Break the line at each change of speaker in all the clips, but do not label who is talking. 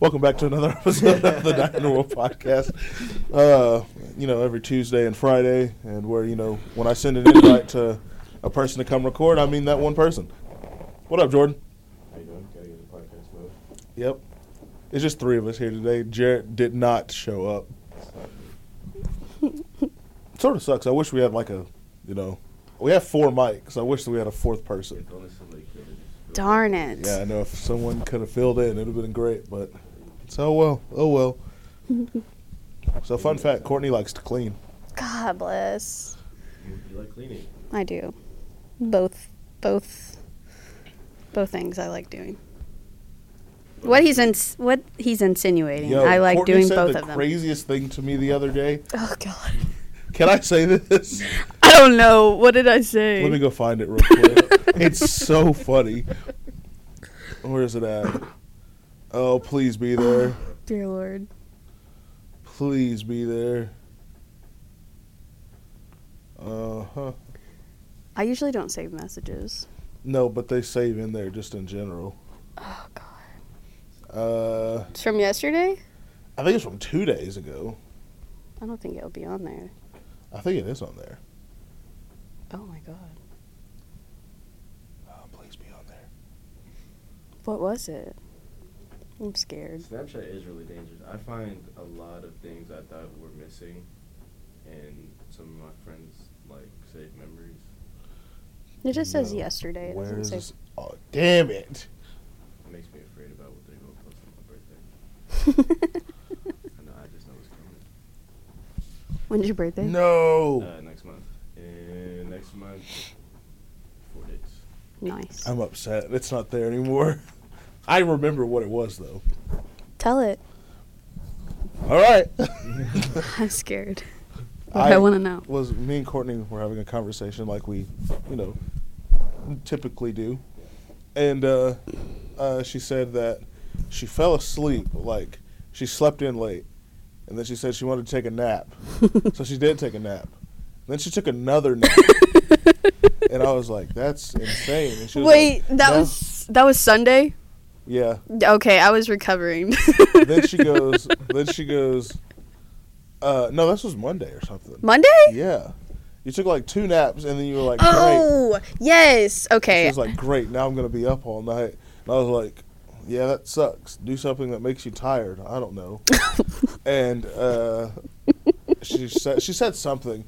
Welcome back to another episode of the Dino World Podcast. Uh, you know, every Tuesday and Friday, and where you know when I send an invite to a person to come record, I mean that one person. What up, Jordan?
How you doing? Gotta get the podcast mode.
Yep. It's just three of us here today. Jarrett did not show up.
It's not me.
Sort of sucks. I wish we had like a, you know, we have four mics. I wish that we had a fourth person.
If only somebody could have just-
Darn it.
Yeah, I know if someone could have filled in, it would have been great, but it's oh well, oh well. so, fun fact Courtney likes to clean.
God bless.
You, you like cleaning.
I do. Both both both things I like doing. What he's ins- what he's insinuating.
Yo,
I like
Courtney
doing
said
both
the
of them.
craziest thing to me the other day.
oh god.
Can I say this?
I don't know. What did I say?
Let me go find it real quick. it's so funny. Where is it at? Oh, please be there.
Dear Lord.
Please be there. Uh huh.
I usually don't save messages.
No, but they save in there just in general.
Oh god.
Uh,
It's from yesterday?
I think it's from two days ago.
I don't think it'll be on there.
I think it is on there.
Oh my god.
Oh, please be on there.
What was it? I'm scared.
Snapchat is really dangerous. I find a lot of things I thought were missing, and some of my friends like save memories.
It just says
No.
yesterday. It
Where
doesn't
is
say
this? Oh, damn it.
It makes me afraid about what they're gonna post on my birthday. I know. I just know it's coming.
When's your birthday?
No.
Uh, next month. And next month, four days.
Nice.
I'm upset. It's not there anymore. I remember what it was, though.
Tell it.
All right.
I'm scared.
I-
I, want to know.
was me and Courtney were having a conversation like we, you know, typically do, and uh, uh, she said that she fell asleep, like she slept in late, and then she said she wanted to take a nap, so she did take a nap. Then she took another nap, and I was like, "That's insane." And she was
Wait,
like,
that
"No."
was that was Sunday.
yeah.
Okay, I was recovering.
Then she goes, then she goes, uh, no, this was Monday or something.
Monday.
Yeah, you took like two naps, and then you were like, "Great."
Oh yes.
She
Okay.
was like, "Great, now I'm gonna be up all night." And I was like, "Yeah, that sucks. Do something that makes you tired. I don't know." and uh, she said she said something,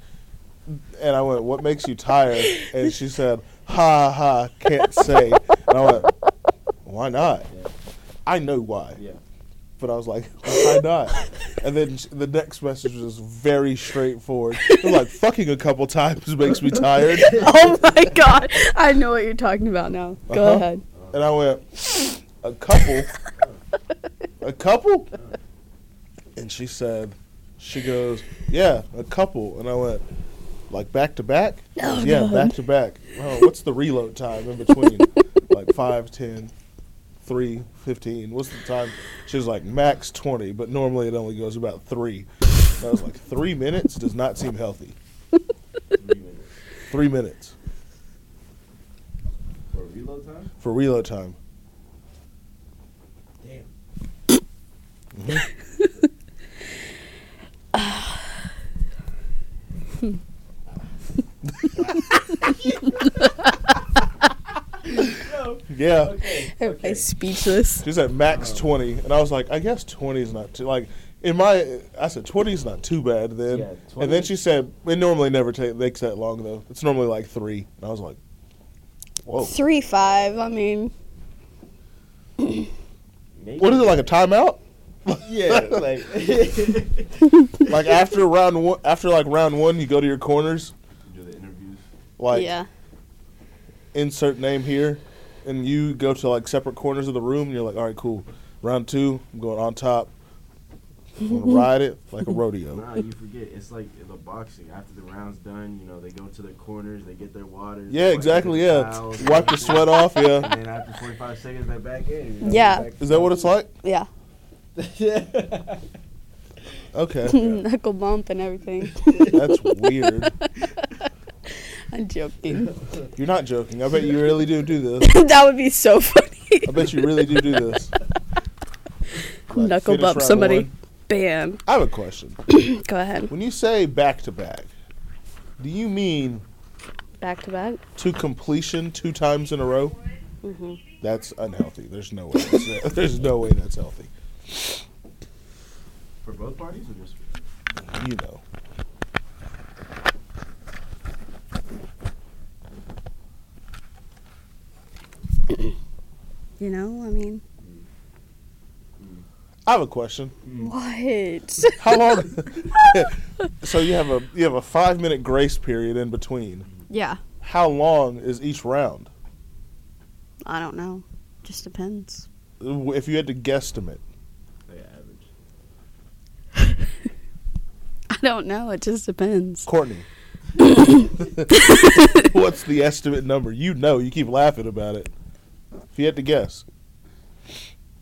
and I went, "What makes you tired?" And she said, "Ha ha, can't say." And I went, "Why not?"
Yeah.
I know why,
Yeah.
but I was like, "Why not?" And then sh- the next message was very straightforward. It was like, "Fucking a couple times makes me tired."
oh my god, I know what you're talking about now. Go
Uh-huh.
ahead.
And I went, a couple? a couple? And she said, she goes, yeah, a couple. And I went, like back to back? She goes, yeah, back to back. Oh, what's the reload time in between? like 5, 10, 3, 15. What's the time? She was like, max 20, but normally it only goes about three. And I was like, three minutes does not seem healthy.
Three minutes
Three minutes
for reload time.
for reload time.
Damn.
Yeah.
Okay.
Everybody's speechless.
She's at max twenty, and I was like, I guess twenty is not too like in my. I said twenty is not too bad then,
Yeah,
and
20.
then she said it normally never ta- takes that long though. It's normally like three, and I was like, whoa,
Three five. I mean,
Maybe.
what is it like a timeout?
Yeah. Like.
Like after round one, after like round one, you go to your corners,
Do the interviews.
like
yeah.
insert name here, and you go to like separate corners of the room. And you're like, all right, cool. Round two, I'm going on top. I'm gonna ride it like a rodeo.
Nah, you forget. It's like the boxing. After the round's done, you know, they go to the corners, they get their waters.
Yeah,
they wipe
exactly.
their
Yeah,
towels,
wipe the
everything.
sweat off. Yeah,
And then after 45 seconds, they're back in. you know,
Yeah.
they're back-
is that what it's like?
Yeah.
Okay.
Knuckle bump and everything.
That's weird.
I'm joking.
You're not joking. I bet you really do do this.
that would be so funny.
I bet you really do do this. Like,
Knuckle
finish
bump
round
somebody.
one.
Bam.
I have a question.
Go ahead.
When you say back to back, do you mean
Back to back.
to completion two times in a row?
Mhm.
That's unhealthy. There's no way. That's, there's no way that's healthy.
For both parties or just
You know.
You know, I mean,
I have a question.
what?
How long? so you have a you have a five minute grace period in between.
yeah,
How long is each round?
I don't know. Just depends.
If you had to guesstimate,
like an average?
I don't know. It just depends.
Courtney. What's the estimate number? You know, you keep laughing about it. If you had to guess,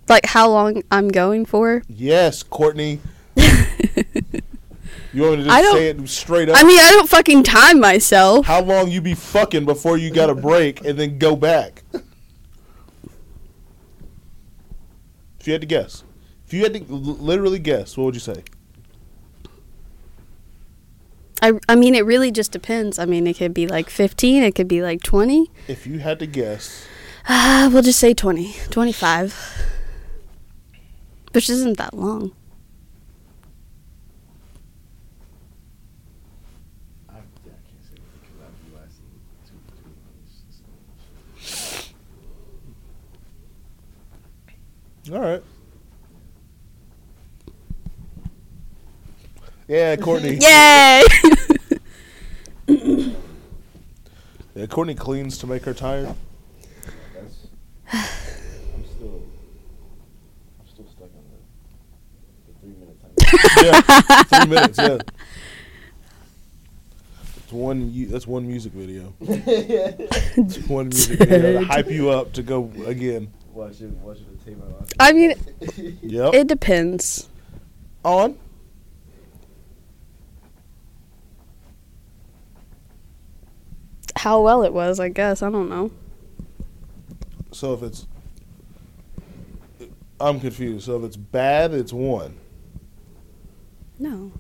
Like how long I'm going for?
yes, Courtney. you want me to just
I don't-
say it straight up?
I mean, I don't fucking time myself.
How long you be fucking before you got a break and then go back? If you had to guess, if you had to l- literally guess, what would you say?
I, I mean, it really just depends. I mean, it could be like 15, it could be like 20.
If you had to guess,
Ah, we'll just say 20, 25. Which isn't that long.
I, yeah, I can't say it because I'd be lasting two, two months. It's not much.
all right. Yeah, Courtney.
Yay!
Yeah, Courtney cleans to make her tired.
That's. I'm still. I'm still stuck on the, the three minute time.
Yeah, three minutes. Yeah. It's one. u- That's one music video. It's one music video to hype you up to go again.
Watch it. Watch it. Take my life.
I mean,
Yep.
it depends.
on.
How well it was, I guess. I don't know.
So if it's, I'm confused. So if it's bad, it's one.
No.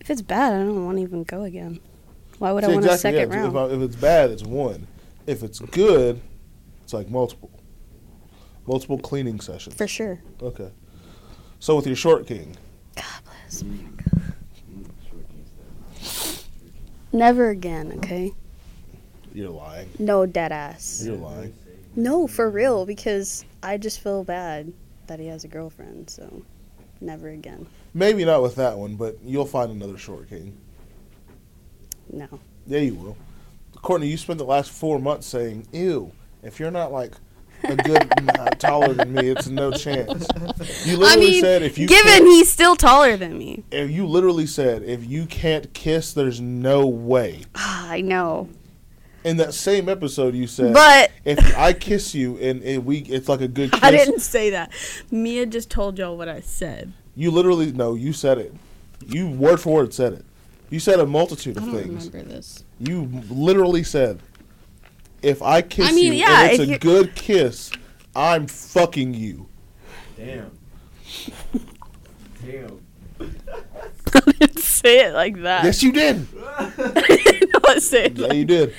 If it's bad, I don't want to even go again. Why would I
See,
want
exactly,
a second
yeah, if- If,
round?
I- if it's bad, it's one. If it's good, it's like multiple, multiple cleaning sessions.
For sure.
Okay. So with your short king,
God bless.
Mm, sure can't stand.
Never again, okay?
you're lying.
No dead ass.
You're lying.
No, for real, because I just feel bad that he has a girlfriend, so never again.
Maybe not with that one, but you'll find another short king.
No.
Yeah, you will. Courtney, you spent the last four months saying, "Ew." If you're not like a good, not taller than me, it's no chance. You literally
I mean,
said, "If you
given
can't-
he's still taller than me.
And you literally said, if you can't kiss, there's no way.
Ah, I know.
In that same episode, you said,
But-
if I kiss you and, and we, it's like a good kiss.
I didn't say that. Mia just told y'all what I said.
You literally, no, you said it. You word for word said it. You said a multitude of things.
this.
You literally said, if I kiss
I mean,
you
yeah,
and
if
it's a
you-
good kiss, I'm fucking you.
Damn. Damn.
I didn't say it like that.
yes, you did.
I did not say it.
Yeah,
Like,
you did.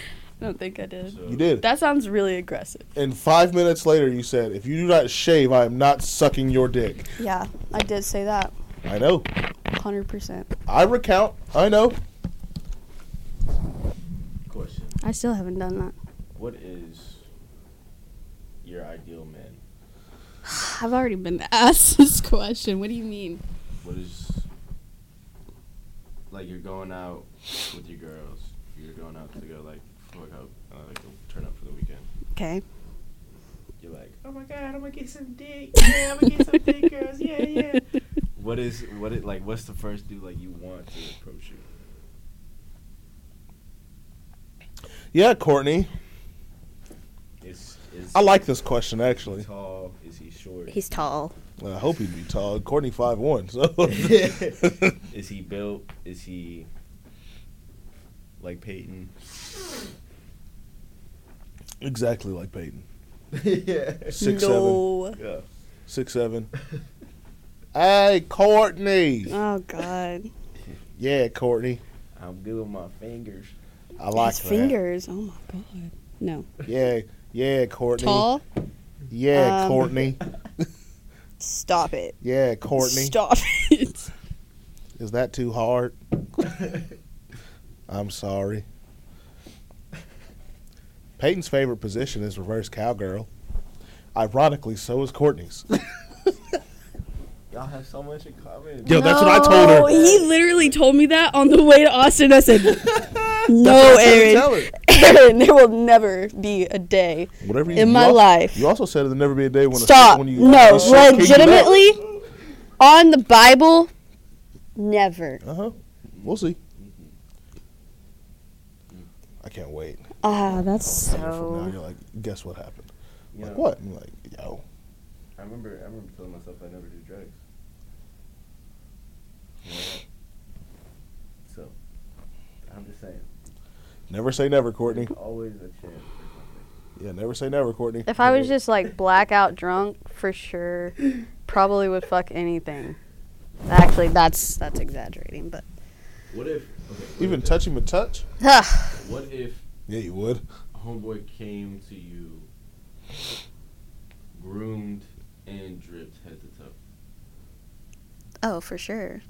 I don't think I did.
You did.
That sounds really aggressive.
And five minutes later, you said, if you do not shave, I am not sucking your dick.
Yeah, I did say that.
I know.
100%.
I recount. I know.
Question.
I still haven't done that.
What is your ideal man?
I've already been asked this question. What do you mean?
What is like you're going out with your girls. You're going out to go like hook up, uh, like go turn up for the weekend.
Okay.
You're like, oh my god, I'm gonna get some dick. Yeah, I'm gonna get some dick, girls. Yeah, yeah. What is what it like? What's the first dude like you want to approach you?
Yeah, Courtney.
Is is
I like this question
he
actually.
tall? Is he short?
He's tall.
Well, I hope he'd be tall. Courtney five one. So
Is he built? Is he like Peyton?
exactly like Peyton.
yeah.
Six seven.
no.
Yeah.
six seven. Hey, Courtney.
Oh God.
Yeah, Courtney.
I'm good with my fingers.
I like
His
that.
fingers. Oh my God. No.
Yeah, yeah, Courtney.
Tall.
Yeah,
Um,
Courtney.
Stop it.
Yeah, Courtney.
Stop it.
Is that too hard? I'm sorry. Peyton's favorite position is reverse cowgirl. Ironically, so is Courtney's.
Y'all have so much in common.
Yo, that's what I told her.
No, He literally told me that on the way to Austin. I said,
No,
That's what you tell
Aaron.
her.
Aaron, there will never be a day
Whatever you,
in
you
my
al-
life.
You also said it'll never be a day when
Stop.
A, when you
no,
when shit kick you
legitimately, on the Bible, never.
out. Uh-huh. We'll see. I can't wait.
Ah, that's
A year From now,
so.
you're like, guess what happened?
You
Like
know,
what? I'm like, yo,
I remember. I remember telling myself I never do drugs. You know that? So, I'm just saying,
never say never, Courtney.
there's always a chance. for something.
Yeah, never say never, Courtney.
If I was just like blackout drunk, for sure, probably would fuck anything. Actually, that's that's exaggerating, but
What if? Okay, what
Even
if-
touch him a touch?
What if
Yeah, you would.
homeboy came to you, groomed and dripped head to toe?
oh, for sure.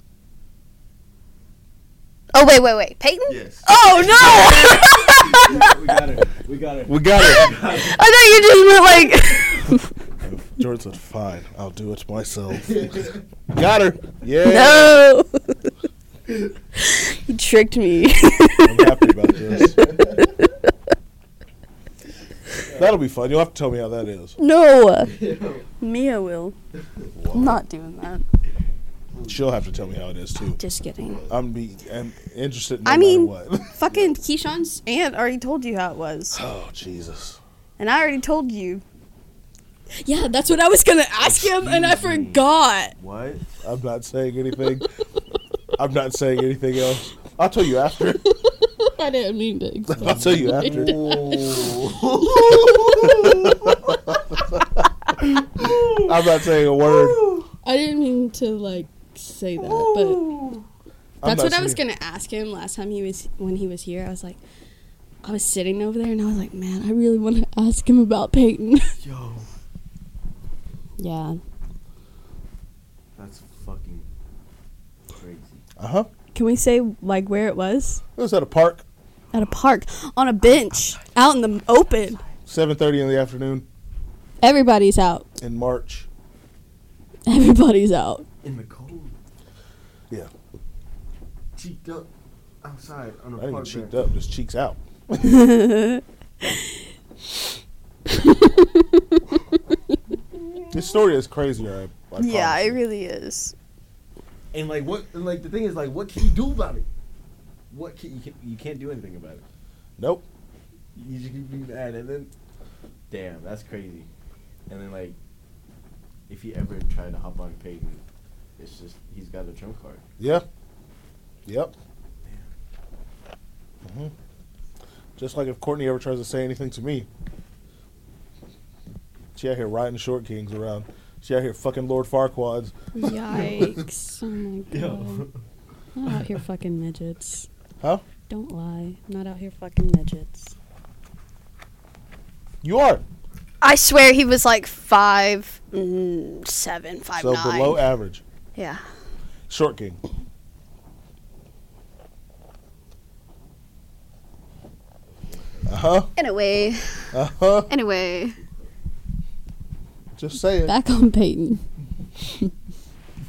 Oh wait, wait, wait, Peyton.
Yes.
Ah!
Oh no!
we got her. We got her.
We got it.
I thought you just meant like.
Jordan said, fine, I'll do it myself. got her. Yeah.
No. you tricked me.
I'm happy about this. That'll be fun. You'll have to tell me how that is.
no.
Yo,
Mia will. I'm not doing that.
She'll have to tell me how it is, too.
Just kidding.
I'm, be, I'm interested no
I
matter
mean-
what.
"Fucking Keyshawn's aunt already told you how it was."
oh, Jesus.
And I already told you.
Yeah, that's what I was gonna ask him, and I forgot.
What?
I'm not saying anything. I'm not saying anything else. I'll tell you after.
I didn't mean to. explain
I'll tell you after. I'm not saying a word.
I didn't mean to like say that, but
I'm
that's
not
what I was
saying-
gonna ask him last time he was when he was here. I was like, I was sitting over there, and I was like, man, I really want to ask him about Peyton.
Yo,
yeah.
that's fucking crazy.
Uh huh.
Can we say like where it was?
It was at a park,
At a park, on a bench, out in the open.
7:30 in the afternoon
Everybody's out.
in March.
Everybody's out.
In the cold.
Yeah.
Cheeked up. Outside on a
I didn't
park
get cheeked
bench.
up, just cheeks out. This story is crazy. I, I
Yeah,
promise
it
you.
really is.
And like what? And like the thing is like, what can you do about it? What can you can, you can't do anything about it.
Nope.
You just keep being mad, and then damn, that's crazy. And then like, if you ever try to hop on Peyton, it's just he's got a trump card.
Yeah. Yep. hmm Just like if Courtney ever tries to say anything to me, she out here riding short kings around. She out here fucking Lord Farquaad's.
Yikes! Oh my god. I'm not out here fucking midgets.
Huh?
Don't lie. I'm not out here fucking midgets.
You are
I swear he was like five, mm, seven, five,
so
nine.
below average.
yeah.
Short king. Uh huh.
Anyway,
Uh huh.
anyway.
Just saying.
Back on Peyton.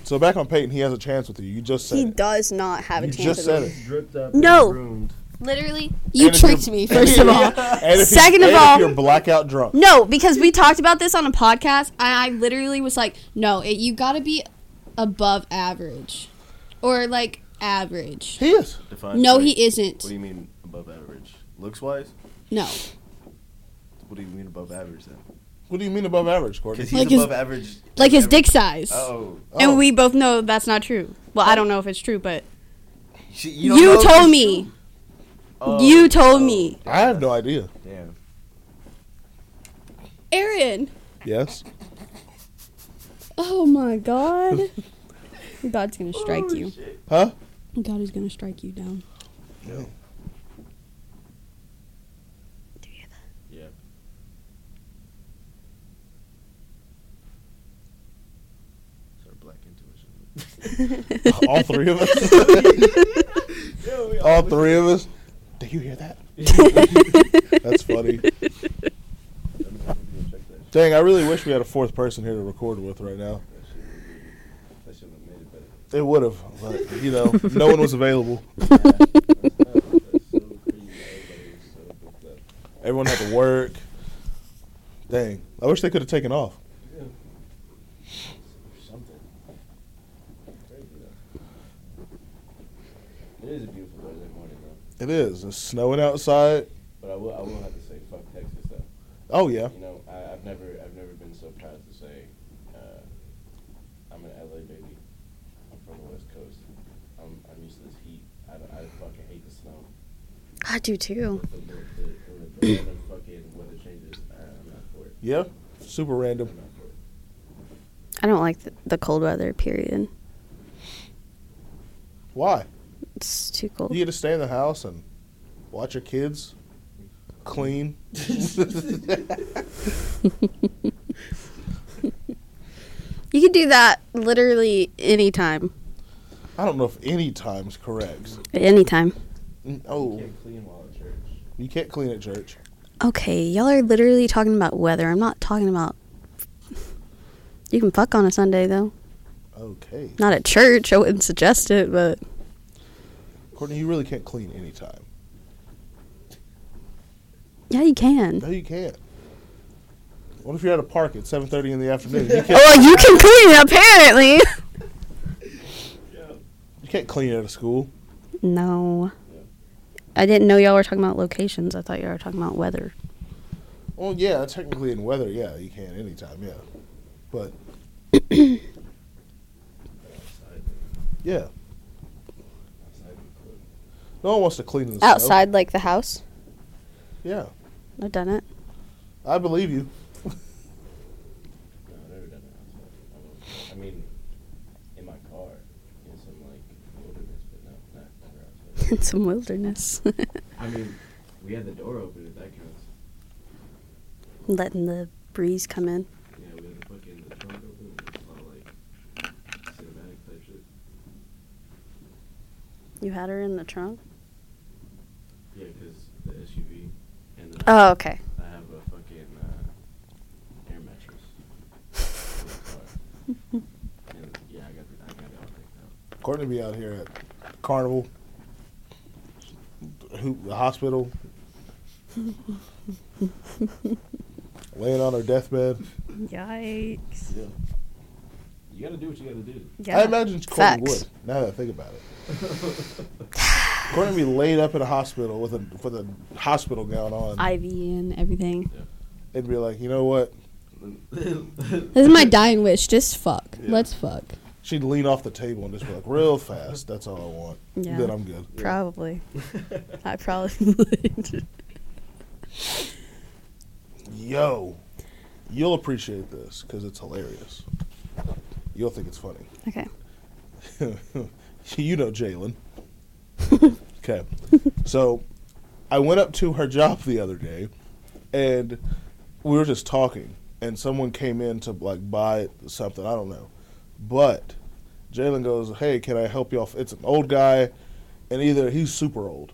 So back on Peyton, he has a chance with you. You just said
He
it.
does not have
You
a chance.
just
of
said
it.
it.
Dripped up.
No.
And groomed.
Literally, you
And if
tricked
you're-
me. First of all,
And if you-
Second of
and if
all-
you're blackout drunk.
No, because we talked about this on a podcast, and I literally was like, "No, it, you got to be above average, or like average."
He is.
Define
No,
great.
he isn't.
What do you mean above average? Looks wise?
No,
What do you mean above average then?
What do you mean above average, Courtney?
Because he's
Like his-
above average.
like his
every-
dick size,
Oh,
Oh.
and we both know that's not true. Well, I don't know if it's true, but
She-
you,
don't know if
told
it's
me.
true? Oh,
you told
oh,
me,
I have no idea.
Damn.
Aaron.
Yes.
Oh my God. God's gonna strike
Oh,
you.
Huh?
God is gonna strike you down.
No.
Do you hear that?
Yeah. Sort of black intuition.
all three of us.
Yeah, we
all three of us. Do you hear that? That's funny.
I'm gonna go check that shit.
Dang, I really wish we had a fourth person here to record with right now.
That shit would be- that shit would have made it better.
It would have, but you know, no one was available.
That's so crazy. Everybody was so booked up.
Everyone had to work. Dang, I wish they could have taken off.
Something. Crazy though. It is a beautiful Thursday morning though.
It is. It's snowing outside.
But I will I will have to say fuck Texas though.
Oh yeah.
You know, I, I've never I've never been so proud to say uh, I'm an LA baby. I'm from the West Coast. I'm, I'm used to this heat. I, don't- I fucking hate the snow.
I do too.
The, the, the, the, the random fucking weather changes. I, I'm not for it.
Yeah. Super random.
I'm not for it.
I don't like the, the cold weather. Period.
Why?
It's too cold.
You get to stay in the house and watch your kids clean.
You could do that literally anytime.
I don't know if any time's correct.
Anytime.
Oh,
You can't clean while at church.
you can't clean at church.
Okay, y'all are literally talking about weather. I'm not talking about. You can fuck on a Sunday though.
Okay.
Not at church. I wouldn't suggest it, but
Courtney, you really can't clean any time.
yeah, you can.
No, you can't. What if you're at a park at 7.30 in the afternoon? You can't,
Well, you can clean apparently.
you can't clean at a school.
No. I didn't know y'all were talking about locations. I thought y'all were talking about weather.
Well, yeah, technically in weather, yeah, you can anytime, yeah. But,
Outside.
yeah,
Outside we cook.
no one wants to clean in the snow.
Outside, like the house.
Yeah,
I've done it.
I believe you.
No, I've never done it outside. I, won't- I mean, in my car, in some like wilderness, but no, not never outside.
In some wilderness.
I mean, we had the door open if that counts.
Letting the breeze come in.
Yeah, we had the fucking the trunk open and it was all like cinematic type shit.
You had her in the trunk?
Yeah, because the SUV and the,
Oh, okay.
I have a fucking uh, air mattress. in the car. and yeah, I got the, I got it all picked out.
Courtney be out here at carnival, who, the hospital, laying on her deathbed.
Yikes.
Yeah. You gotta do what you gotta do.
I imagine Courtney
Facts.
would. Now that I think about it, Courtney be laid up in a hospital with a with a hospital gown on,
IV and everything.
and be like, you know what?
This is my dying wish. Just fuck.
Yeah.
Let's fuck.
She'd lean off the table and just be like, real fast. That's all I want.
Yeah.
Then I'm good.
Probably. I probably would.
Yo, you'll appreciate this because it's hilarious. You'll think it's funny.
Okay.
you know Jalen. okay. So I went up to her job the other day and we were just talking and someone came in to like buy something, I don't know. But Jalen goes, Hey, can I help you off? It's an old guy and either he's super old.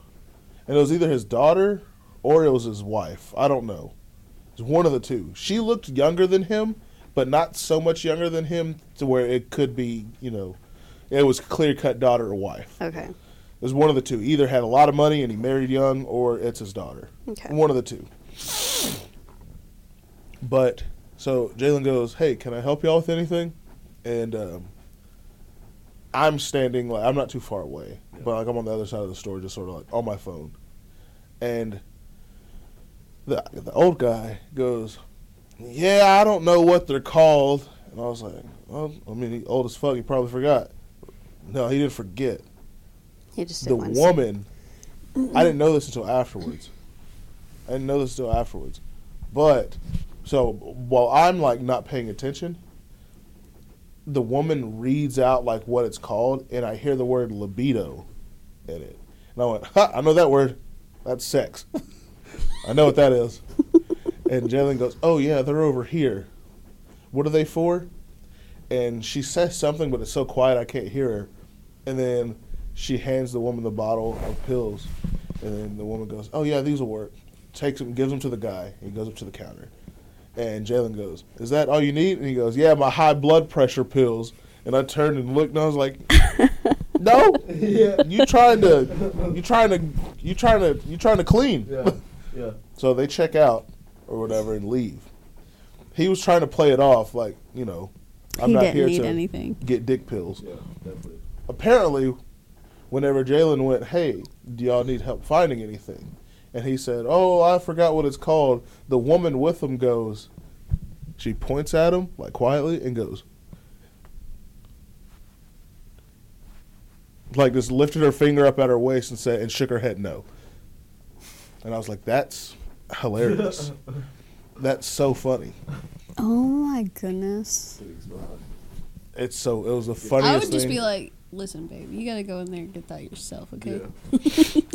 And it was either his daughter or it was his wife. I don't know. It's one of the two. She looked younger than him, but not so much younger than him to where it could be, you know, it was clear cut daughter or wife.
Okay.
It was one of the two. Either had a lot of money and he married young, or it's his daughter.
Okay.
One of the two. But so Jalen goes, "Hey, can I help y'all with anything?" And um, I'm standing like I'm not too far away, but like I'm on the other side of the store, just sort of like on my phone. And the the old guy goes, "Yeah, I don't know what they're called." And I was like, well, I mean, he old as fuck. He probably forgot. No, he didn't forget
You just did
the
one.
woman i didn't know this until afterwards i didn't know this until afterwards but so while i'm like not paying attention the woman reads out like what it's called, and I hear the word libido in it, and I went, ha, I know that word. That's sex. I know what that is. And Jalen goes, Oh yeah, they're over here. What are they for? And she says something, but it's so quiet I can't hear her. And then she hands the woman the bottle of pills, and then the woman goes, Oh yeah, these will work. Takes them, gives them to the guy. He goes up to the counter. And Jalen goes, Is that all you need? And he goes, Yeah, my high blood pressure pills. And I turned and looked and I was like, No. You trying to you trying to you trying to you trying to clean.
Yeah. Yeah.
So they check out or whatever and leave. He was trying to play it off like, you know, I'm
he
not
didn't
here
need
to
anything.
get dick pills.
Yeah. Definitely.
Apparently, whenever Jalen went, hey, do y'all need help finding anything? And he said, oh, I forgot what it's called. The woman with him goes, she points at him, like quietly, and goes, like just lifted her finger up at her waist and said, and shook her head no. And I was like, that's hilarious. that's so funny.
Oh my goodness.
Pretty explosive.
It's so it was the funniest.
I would just
thing.
be like, listen, babe, you gotta go in there and get that yourself, okay?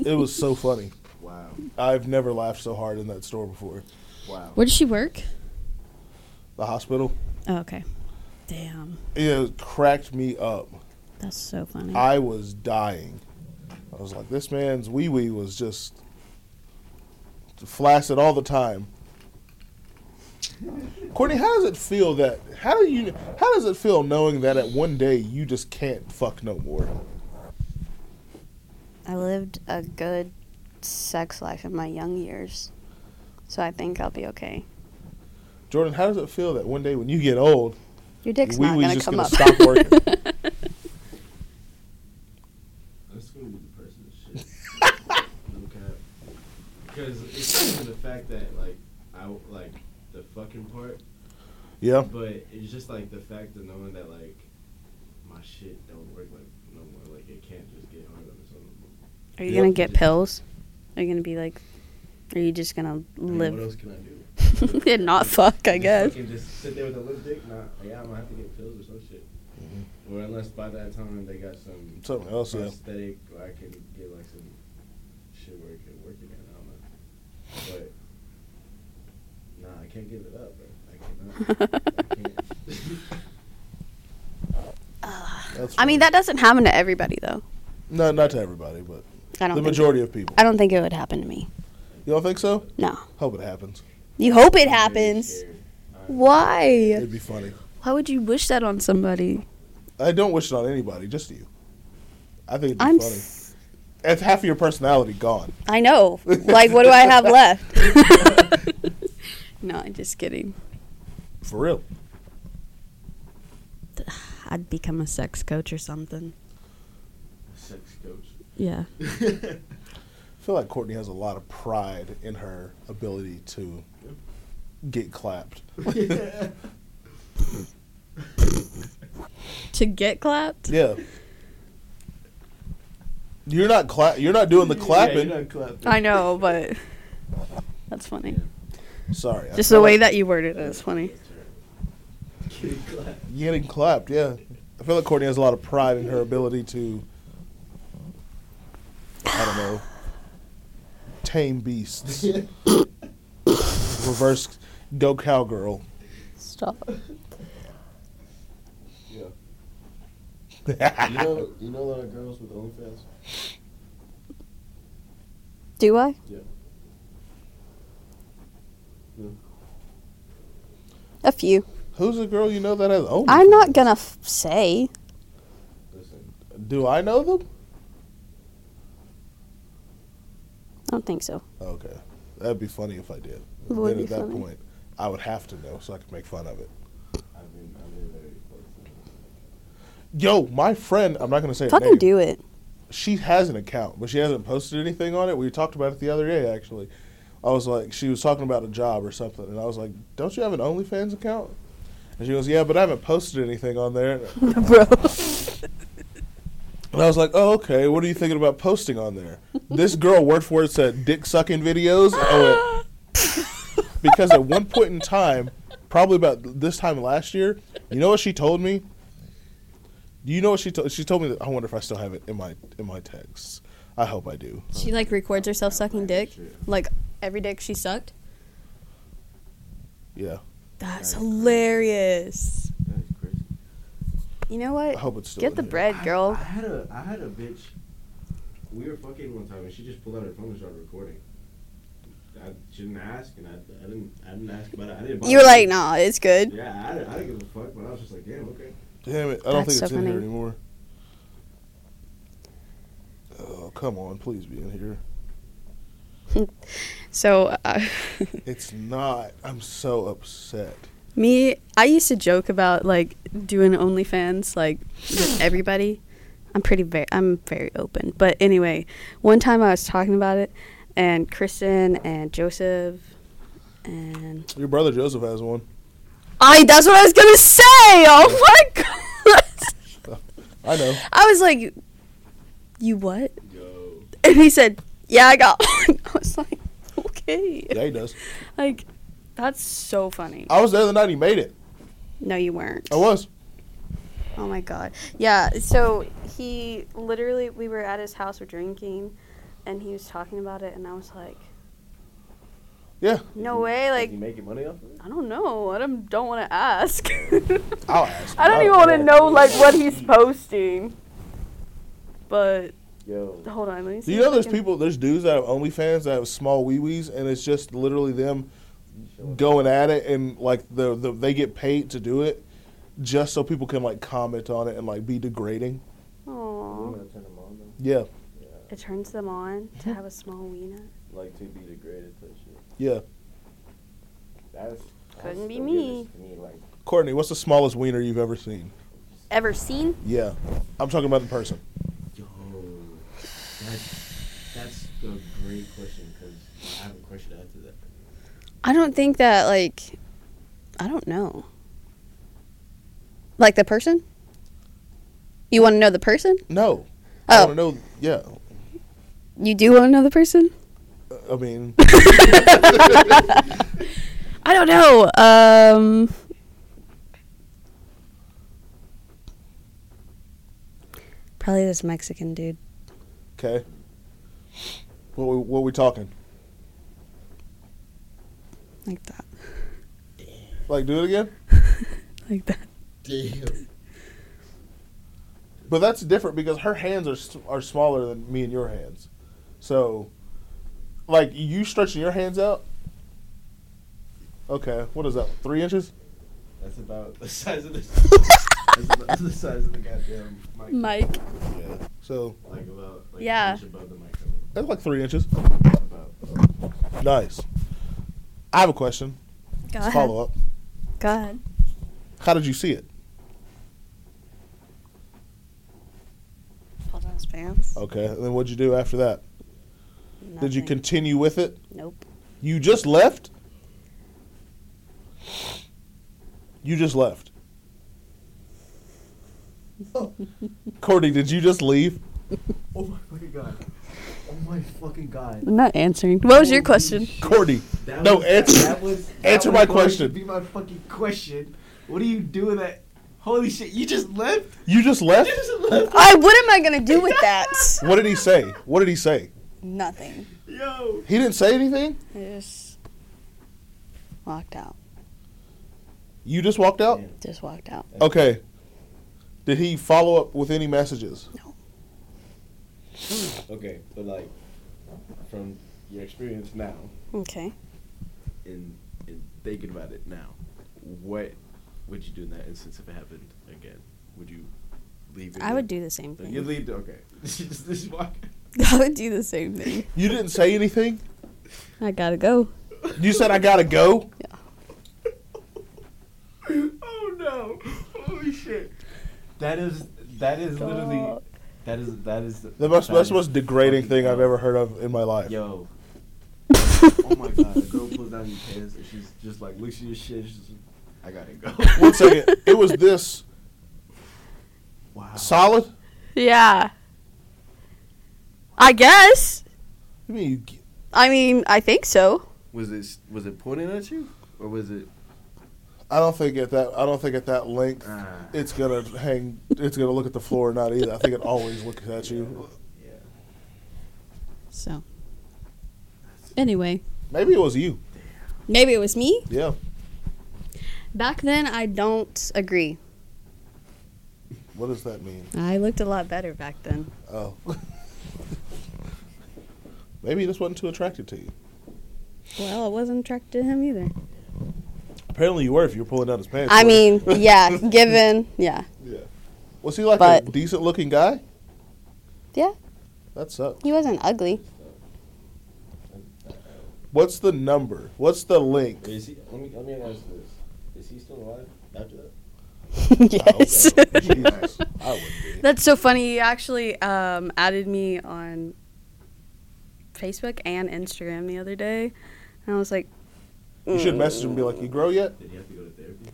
it was so funny.
Wow.
I've never laughed so hard in that store before.
Wow.
Where does she work?
The hospital,
Oh, okay. Damn,
it cracked me up.
that's so funny.
I was dying. I was like, this man's wee wee was just flaccid all the time. Courtney, how does it feel that? How do you? How does it feel knowing that at one day you just can't fuck no more?
I lived a good sex life in my young years, so I think I'll be okay.
Jordan, how does it feel that one day when you get old,
Your dick's
wee
not
wee's
gonna
just
come
gonna
up.
stop working?
That's gonna be depressing as shit. no cap. Because it's even the fact that like I w- like the fucking part,
yeah,
but it's just like the fact of knowing that like my shit don't work like no more. Like it can't just get hard on its own.
Are you
Yep.
gonna get pills? Are you gonna be like? Are you just gonna
I mean, What
live
else can I do?
and not fuck? I
Just
guess.
Fucking just sit there with a limp dick. Nah, yeah, I'm gonna have to get pills or some shit. Or unless by that time they got some
something else. Yeah.
prosthetic, or I can get like some shit where it can work again. I don't know. But nah, I can't give it up, bro. I cannot. I can't.
That's
I mean, that doesn't happen to everybody though.
No, not to everybody, but
I don't.
the
think-
majority of people.
I don't think it would happen to me.
You don't think so?
No.
Hope it happens.
You hope it
I'm very
happens.
scared.
Why?
It'd be funny.
Why would you wish that on somebody?
I don't wish it on anybody, just you. I think it'd be
I'm.
funny.
s-
If half of your personality gone.
I know. Like, what do I have left? no, I'm just kidding.
For real.
I'd become a sex coach or something.
Sex coach.
Yeah.
I feel like Courtney has a lot of pride in her ability to get clapped.
To get clapped?
Yeah. You're not cla- you're not doing the clapping.
Yeah, you're not clapping.
I know, but that's funny.
Sorry. I
Just
feel
the way
like
that you worded it is funny.
Kidding clap.
you're getting clapped, yeah. I feel like Courtney has a lot of pride in her ability to I don't know. Tame beasts. Reverse go cowgirl.
Stop.
Yeah. You know, you know a lot of girls with OnlyFans.
Do I?
Yeah. Yeah.
A few.
Who's the girl you know that has OnlyFans?
I'm not gonna f- say.
Listen,
Do I know them?
I don't think so.
Okay, that'd be funny if I did.
It would
Then
be
at that
funny.
point, I would have to know so I could make fun of it.
I've been, I've been very close.
Yo, my friend, I'm not gonna say her
Fucking
name.
do it.
She has an account, but she hasn't posted anything on it. We talked about it the other day, actually. I was like, she was talking about a job or something, and I was like, "Don't you have an OnlyFans account?" And she goes, "Yeah, but I haven't posted anything on there."
Bro.
And I was like, "Oh, okay. What are you thinking about posting on there?" This girl, word for word, said dick sucking videos. I went, because at one point in time, probably about this time last year, you know what she told me? Do you know what she told? She told me that. I wonder if I still have it in my in my texts. I hope I do.
She like records herself sucking dick, like every dick she sucked.
Yeah,
That's hilarious.
That is crazy.
You know
I
what?
hope it's still.
Get
in
the
here.
bread,
I- I,
girl.
had a I had a bitch. We were fucking one time and she just pulled out her phone and started recording. I shouldn't ask and I, I didn't I didn't ask about it. I didn't.
You were
bother.
like, nah, it's good.
Yeah, I, didn't- I didn't give a fuck, but I was just like, damn, okay.
Damn it! I don't think
That's so
it's in here
funny.
anymore. Oh come on! Please be in here.
So, uh,
It's not. I'm so upset.
me, I used to joke about like doing OnlyFans, like with everybody. I'm pretty very, I'm very open. But anyway, one time I was talking about it, and Kristen and Joseph, and
Your brother Joseph has one.
I. That's what I was gonna say. Oh my god.
I know.
I was like, "You what?"
Yo,
And he said, "Yeah, I got." One. I was like, "Okay."
Yeah, he does.
Like, that's so funny.
I was there the night he made it.
No, you weren't.
I was.
Oh my god. Yeah. So he literally, we were at his house, we're drinking, and he was talking about it, and I was like,
Yeah.
"No way!"
like, you
Like,
making money off of it?
I don't know. I don't, don't want to ask.
I'll ask.
I don't even want to know like what he's posting. But
Yo,
hold on, let me see.
Do you
if
know
I
there's
can-
people, there's dudes that have OnlyFans that have small wee wees, and it's just literally them going at it, and like the, the they get paid to do it, just so people can like comment on it and like be degrading.
I'm
Aw,
gonna turn them on though.
Yeah,
it turns them on to have a small wiener.
Like to be degraded type shit.
yeah.
That's
Couldn't
that's
be
still
me.
giving it to me, like,
Courtney, what's the smallest wiener you've ever seen?
Ever seen?
Yeah, I'm talking about in person.
Yo, that's that's a great question because I have a question after that.
I don't think that like I don't know. Like the person? You want to know the person?
No, I
Oh,
want to know. Yeah,
you do want to know the person?
Uh, I mean,
I don't know. Um Probably this Mexican dude.
okay. What we, what we talking?
Like that.
Like, do it again?
Like that.
Damn.
But that's different because her hands are s- are smaller than me and your hands. So, like you stretching your hands out. Okay, what is that? Three inches?
That's about the size of the. that's about the size of the goddamn mic.
Mike.
Yeah.
So
Like about. Like
Yeah.
Inch above the microphone.
that's like three inches.
About.
Nice. I have a question.
Go
It's a
ahead.
Follow up.
Go ahead.
How did you see it?
Pulled down his pants.
Okay, and then what'd you do after that? Did you
Nothing.
continue with it?
Nope.
You just left. You just left. Courtney, did you just leave?
Oh my fucking god. Oh my fucking god.
I'm not answering. What was your
Holy
question?
shit.
Courtney,
That
no,
was-
answer.
That was, that
Answer
was
my
going
question.
To be my fucking question. What are you doing? That holy shit! You just left.
You just left?
You just left.
I what am I gonna do with that?
What did he say? What did he say?
Nothing.
Yo.
He didn't say anything?
I just walked out.
You just walked out?
Yeah.
Just walked out.
Okay. Did he follow up with any messages?
Okay, but like from your experience now
Okay.
in in thinking about it now, what would you do in that instance if it happened again? Would you leave?
I would do the same
You
thing.
leave. Okay. just, just walk.
I would do the same thing.
You didn't say anything?
I gotta go.
You said I gotta go?
Oh no! Holy shit! That is that is literally that is that is
The most, that's the
is
most degrading
fucking
thing I've
dumb.
ever heard of in my life.
Yo. oh my god! A girl pulls down your pants and she's just like looks at your shit. She's just, I gotta go.
One second. It was this
wow.
solid? What
Yeah. I guess.
do you mean you g-
I mean, I think so.
Was it was it pointing at you or was it?
I don't think at that I don't think at that length
Ah.
it's gonna hang. It's gonna look at the floor or not either. I think it always looks at you.
Yeah.
So. Anyway,
Maybe it was you.
maybe it was me.
Yeah.
Back then, I don't agree.
What does that mean?
I looked a lot better back then.
Oh. Maybe he just wasn't too attracted to you.
Well, I wasn't attracted to him either.
Apparently you were if you were pulling down his pants.
I
weren't
mean,
you?
yeah, given, yeah.
yeah. Was he like a
But-
decent looking guy?
Yeah.
That sucks.
He wasn't ugly.
What's the number? What's the link?
Is he? Let me let me ask this. Is he still alive after
uh,
that?
yes.
Oh, Jesus. I would be.
That's so funny. He actually um, added me on Facebook and Instagram the other day. And I was like, "Mm."
You should message him and be like, You grow yet?
Did he have to go to therapy?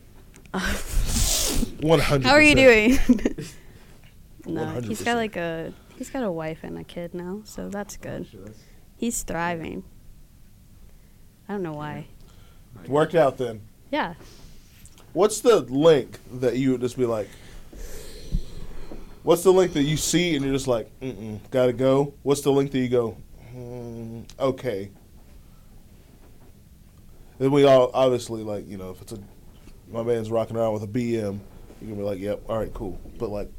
One hundred
How are you doing? no,
100%.
he's got like a he's got a wife and a kid now, so that's good.
Sure, that's-
He's thriving. I don't know why.
Worked out then.
Yeah.
What's the link that you would just be like? What's the link that you see and you're just like, mm-mm, gotta go? What's the link that you go, mm, okay? Then we all obviously like, you know, if it's a my man's rocking around with a BM, you can be like, yep, all right, cool. But like,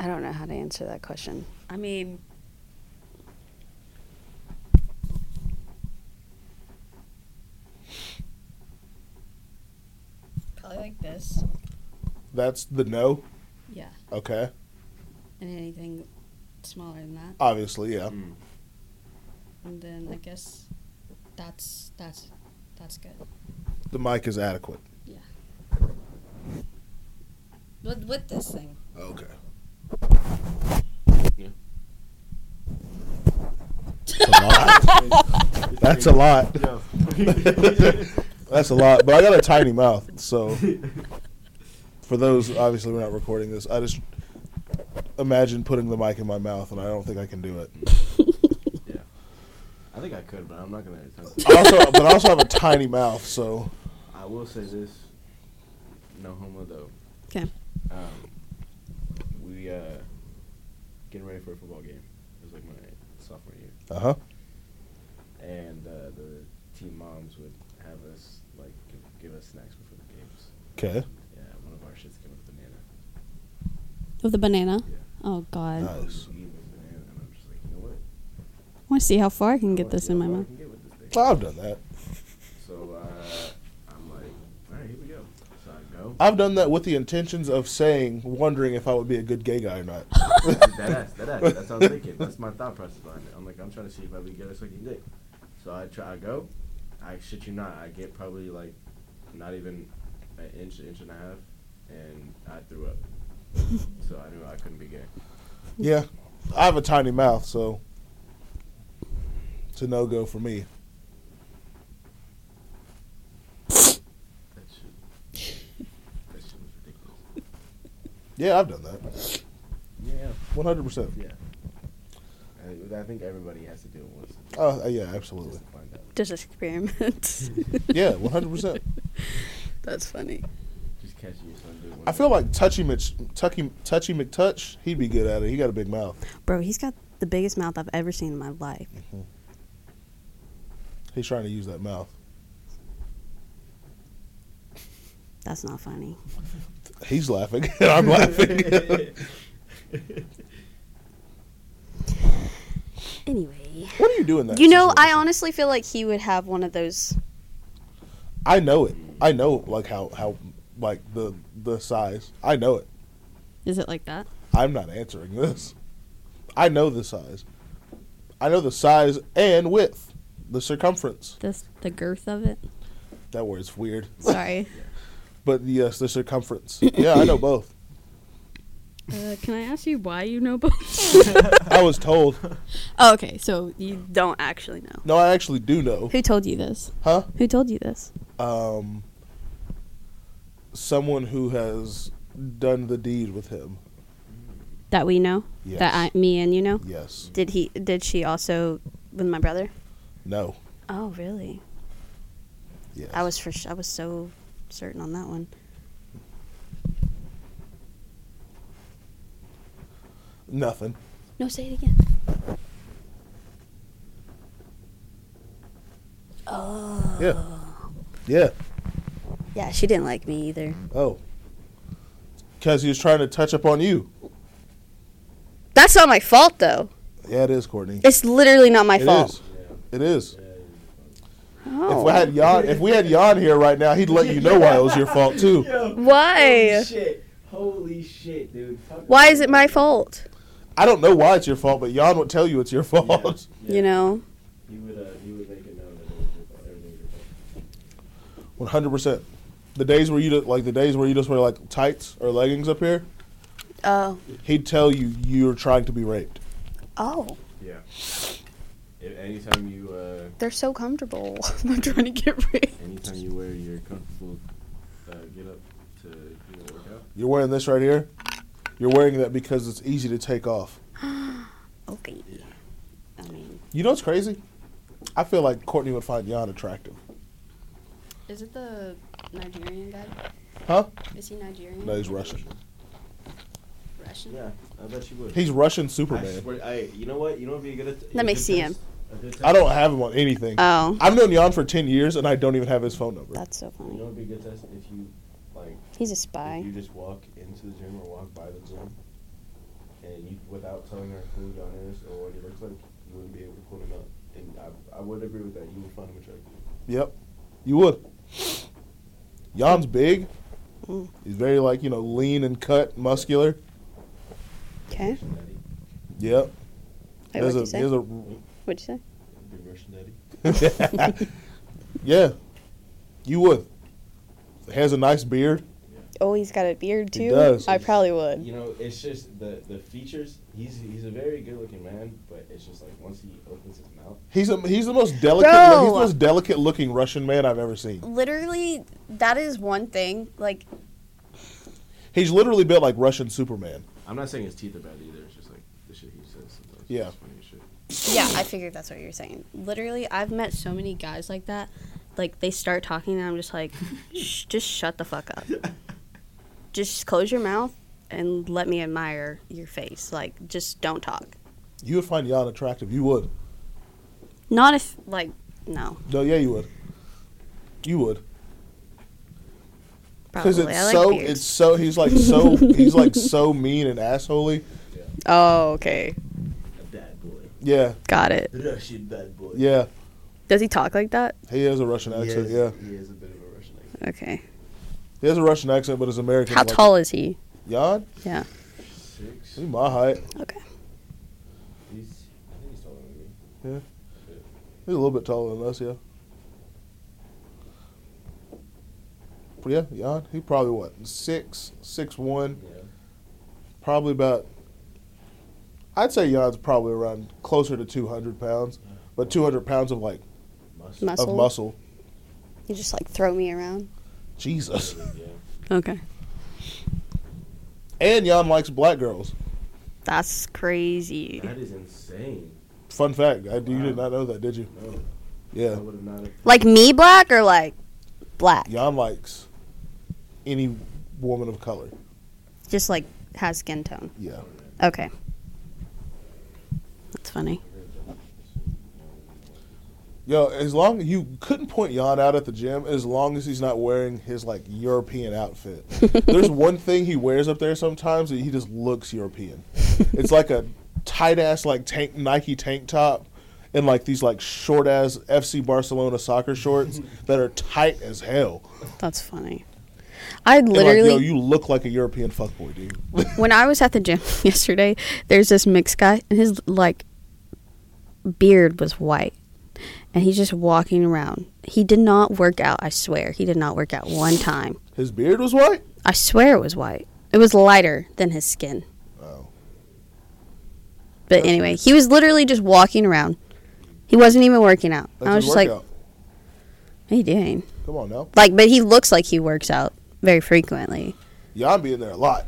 I don't know how to answer that question. I mean, probably like this.
that's the no,
Yeah,
okay?
and anything smaller than that,
Obviously, yeah.
and then I guess that's that's that's good.
The mic is adequate.
With with this thing,
Okay.
Yeah.
That's a lot. That's a lot.
Yo.
That's a lot, but I got a tiny mouth, so for those obviously we're not recording this. I just imagine putting the mic in my mouth, and I don't think I can do it.
yeah. I think I could, but I'm not gonna attempt.
I also, but I also have a tiny mouth, so
I will say this. No homo though.
'Kay.
Um, we uh getting ready for a football game. It was like my sophomore year,
uh huh.
and uh, the team moms would have us like give, give us snacks before the games.
Okay,
Yeah, one of our shits came with a banana.
With the banana.
Yeah.
Oh God.
Uh, Nice.
We eat with banana, and I'm just like, you know what?
I want to see how far I
I
can get
wanna
this
see
in
how far
my
I
mouth.
can get with this thing.
Well, I've done that.
So uh, I'm like, all right, here we go. So I go.
I've done that with the intentions of saying, wondering if I would be a good gay guy or not.
that ass, that ass. That's what I'm thinking. That's my thought process behind it. I'm like, I'm trying to see if I can get a sucking dick. So I try, I go. I shit you not, I get probably like not even an inch, inch and a half, and I threw up. so I knew I couldn't be gay.
Yeah, I have a tiny mouth, so it's a no go for me.
That shit. That shit was ridiculous.
Yeah, I've done that.
Yeah,
One hundred percent.
yeah. I, I think everybody has to do it once
Oh, yeah, absolutely.
just to find out.
Just experiments.
Yeah, one hundred percent.
that's funny.
Just catching your son doing
I feel like Touchy Mitch, Tucky, Touchy McTouch, he'd be good at it. He got a big mouth.
Bro, he's got the biggest mouth I've ever seen in my life.
He's trying to use that mouth.
That's not funny.
He's laughing. I'm laughing.
Anyway.
what are you doing that?
You know, I
situation?
honestly feel like he would have one of those.
I know it. I know like how how like the the size. I know it.
Is it like that?
I'm not answering this. I know the size. I know the size and width, the circumference.
This the girth of it.
That word's weird,
Sorry.
but yes, the circumference. Yeah, I know both.
uh, can I ask you why you know both?
I was told.
oh, okay. So
You don't actually know.
No, I actually do know.
who told you this?
Huh?
Who told you this?
um, someone who has done the deed with him.
that we know
Yes.
that I, me and you know.
yes.
Did he? Did she also with my brother?
No.
Oh, really?
Yes.
I was for sh- I was so certain on that one.
nothing.
No, say it again. Oh.
Yeah. Yeah.
Yeah, she didn't like me either.
Oh. Because he was trying to touch up on you.
That's not my fault though.
Yeah, it is, Courtney.
It's literally not my
It
fault.
is. It is.
Oh.
If we had Jan, if we had Jan here right now, he'd let you know why it was your fault too.
Holy
Why? Oh,
shit. Holy shit, dude. Fuck
Why is it my fault?
I don't know why it's your fault, but Jan would tell you it's your fault.
Yeah.
You know.
He would, uh, he would make it known that it was your fault. Everything was your fault.
One hundred percent. The days where you just, like the days where you just wear like tights or leggings up here,
Oh.
he'd tell you you're trying to be raped.
Oh.
Yeah. If anytime you uh,
They're so comfortable. I'm trying to get rid.
anytime you wear your comfortable uh, get up to you know, work out,
You're wearing this right here. You're wearing that because it's easy to take off.
Okay. I mean,
You know what's crazy? I feel like Courtney would find Jan attractive.
is it the Nigerian guy?
Huh?
Is he Nigerian?
No, he's Russian.
Russian.
yeah, I bet you would.
He's Russian
I
Superman.
swear, I, you know what? You know what would be a good.
Let me see him.
I don't have him on anything.
Oh,
I've known Jan for ten years, and I don't even have his phone number.
that's so
You know
funny.
what would be a good test? If you, like,
He's a
If
spy.
you just walk into the gym or walk by the gym, and you without telling her who John is or what he looks like, you wouldn't be able to pull him out. And I, I would agree with that. You would find him attractive.
Yep, you would. Jan's big.
Mm.
He's very like you know lean and cut, muscular.
Okay.
Russian daddy.
Yep.
Wait,
There's
what'd you
a-
say?
there's a-
What'd you say?
Big Russian daddy.
yeah, you would. He has a nice beard.
Oh, he's got a beard too.
He does.
I probably
Uh,
would.
You know, it's just the the features. He's he's a very good looking man, but it's just like once he opens his mouth,
He's a, he's the most delicate.
Bro.
He's the most delicate looking Russian man I've ever seen.
Literally, that is one thing. Like,
He's literally built like Russian Superman.
I'm not saying his teeth are bad either. It's just like the shit he says. Sometimes.
Yeah.
It's funny as shit.
yeah, I figured that's what you're saying. Literally, I've met so many guys like that. Like, they start talking, and I'm just like, Shh, just shut the fuck up. Just close your mouth and let me admire your face. Like, just don't talk.
You would find Jan attractive. You would.
Not if like no.
No, yeah, you would. You would.
Probably
Because it's
I like
so
beards.
it's so he's like so he's like so mean and assholey.
Oh, okay.
a bad boy,
Yeah,
Got it.
Russian bad boy.
yeah.
Does he talk like that?
He has a Russian
He
accent.
is,
Yeah,
He is a bit of a Russian accent.
Okay.
he has a Russian accent, but his American.
How
like-
tall is he?
Jan?
Yeah.
Six.
He's my height.
Okay.
He's I think he's taller than me.
He's a little bit taller than us. Yeah. But yeah, Jan. He probably what six six one.
Yeah.
Probably about. I'd say Jan's probably around closer to two hundred pounds, but two hundred pounds of like
Muscle.
Muscle.
of muscle.
You just like throw me around.
Jesus.
Yeah.
Okay.
And Jan likes black girls.
That's crazy.
That is insane.
Fun fact. I, You did
Wow.
not know that, did you?
No, I
Yeah.
would have not.
Like me black or like black?
Jan likes any woman of color.
Just like has skin tone.
Yeah.
Okay. That's funny.
Yo, as long you couldn't point Jan out at the gym as long as he's not wearing his like European outfit. There's one thing he wears up there sometimes that he just looks European. It's like a tight ass like tank Nike tank top and like these like short ass FC Barcelona soccer shorts that are tight as hell.
That's funny. I
And, like,
literally
yo, you look like a European fuckboy, dude.
when I was at the gym yesterday, there's this mixed guy, and his like beard was white, and he's just walking around. He did not work out. I swear, he did not work out one time.
His beard was white.
I swear it was white. It was lighter than his skin.
Oh.
But anyway, he was literally just walking around. He wasn't even working out. I
his
was just like,
workout.
"What are you doing?"
Come on now.
Like, but he looks like he works out very frequently.
Jan be in there a lot.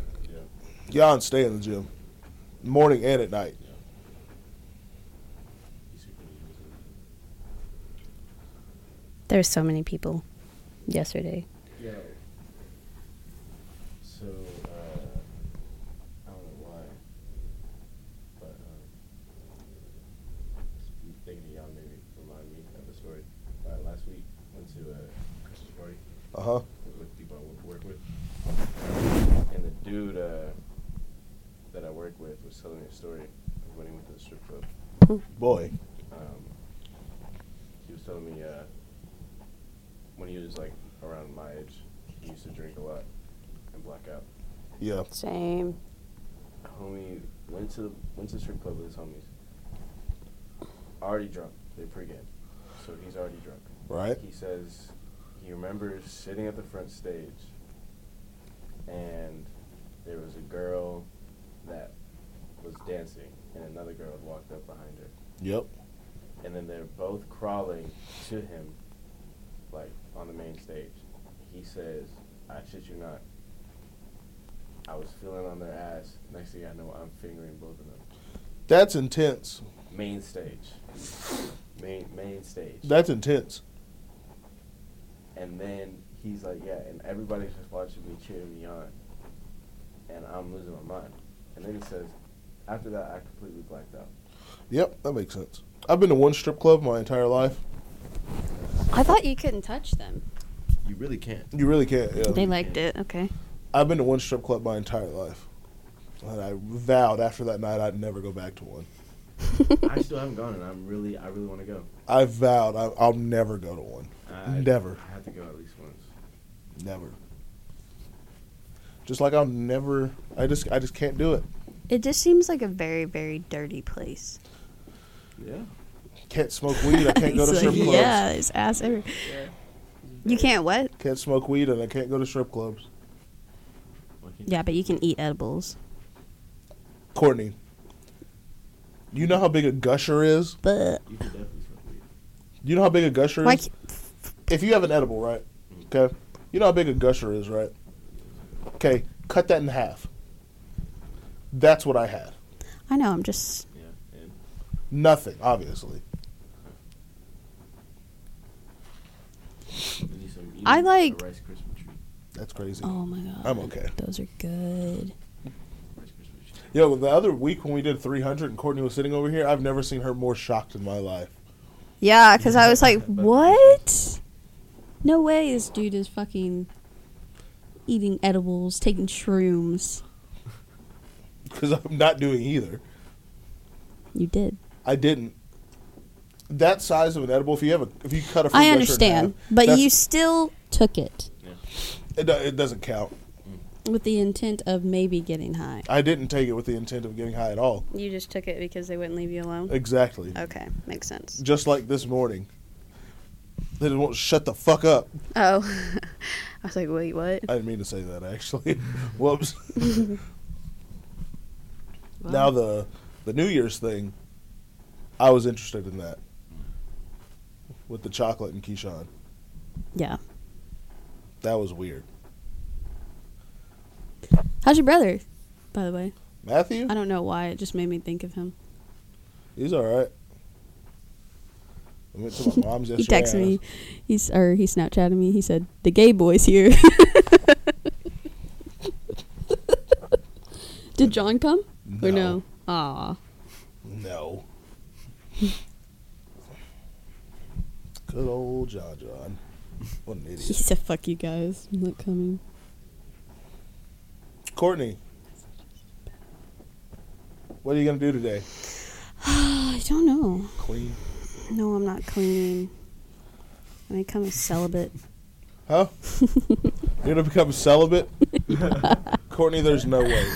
Jan stay in the gym. morning and at night.
There were so many people yesterday.
Yo. So, uh, I don't know why, but, um, just thinking of y'all maybe remind me of a story. Uh, last week, went to a Christmas party
Uh huh.
with people I work, work with. And the dude uh, that I work with was telling me a story of when he went to the strip club.
Boy.
Um, he was telling me uh, when he was like around my age, he used to drink a lot and black out.
Yeah.
Same.
Homie went to the went to the strip club with his homies. Already drunk. They pregame, so he's already drunk.
Right.
He says he remembers sitting at the front stage, and there was a girl that was dancing, and another girl had walked up behind her.
Yep.
and then they're both crawling to him, like on the main stage. He says, "I shit you not." I was feeling on their ass. Next thing I know, I'm fingering both of them.
That's intense.
Main stage, main main stage.
That's intense.
And then he's like, "Yeah," and everybody's just watching me, cheering me on, and I'm losing my mind. And then he says, "After that, I completely blacked out."
Yep. That makes sense. I've been to one strip club my entire life.
I thought you couldn't touch them.
You really can't.
You really can't. Yeah.
They liked it. Okay.
I've been to one strip club my entire life. And I vowed after that night I'd never go back to one.
I still haven't gone, and I'm really, I really want to go.
I vowed I, I'll never go to one.
I,
Never.
I have to go at least once.
Never. Just like I'll never. I just I just can't do it.
It just seems like a very, very dirty place.
Yeah.
Can't smoke weed. I can't go to
It's like,
strip clubs.
Yeah, it's ass everywhere. You can't what?
Can't smoke weed and I can't go to strip clubs.
Why can't-
Yeah, but you can eat edibles.
Courtney, you know how big a gusher is.
But
You could definitely smoke weed.
You know how big a gusher is.
why? c-
if you have an edible, right? Okay. You know how big a gusher is, right? Okay. Cut that in half. That's what I had.
I know. I'm just.
Yeah. And
Nothing, obviously.
you need some. You
I
need
like-
A Rice Krispie treat.
That's crazy.
Oh my god.
I'm okay.
Those are good.
Rice Krispie treat.
Yo, the other week when we did 300 and Courtney was sitting over here, I've never seen her more shocked in my life.
Yeah, because I was like, what?
No way this dude is fucking eating edibles, taking shrooms.
Because I'm not doing either.
You did.
I didn't. That size of an edible, if you have a, if you cut a, fruit
I
gusher in
understand,
half,
but
that's-
you still took it
it, do- it doesn't count.
with the intent of maybe getting high.
I didn't take it with the intent of getting high at all.
You just took it because they wouldn't leave you alone.
Exactly.
Okay, makes sense.
Just like this morning, they just won't shut the fuck up.
Oh, I was like, wait, what?
I didn't mean to say that actually. Whoops. now the the New Year's thing, I was interested in that with the chocolate and Keyshawn.
Yeah.
That was weird.
How's your brother, by the way?
Matthew,
I don't know why. It just made me think of him.
he's all right. I went to my mom's
he
yesterday.
texted
and I
me. He's or he Snapchatted me. He said, "The gay boys here." Did John come
was-
or no? Aw,
No. Good old John John. What an
he
idiot.
said, "Fuck you guys, I'm not coming."
Courtney. What are you gonna do today?
I don't know.
Clean.
No, I'm not cleaning. I become a celibate.
Huh? You're gonna become celibate? Courtney, there's no way.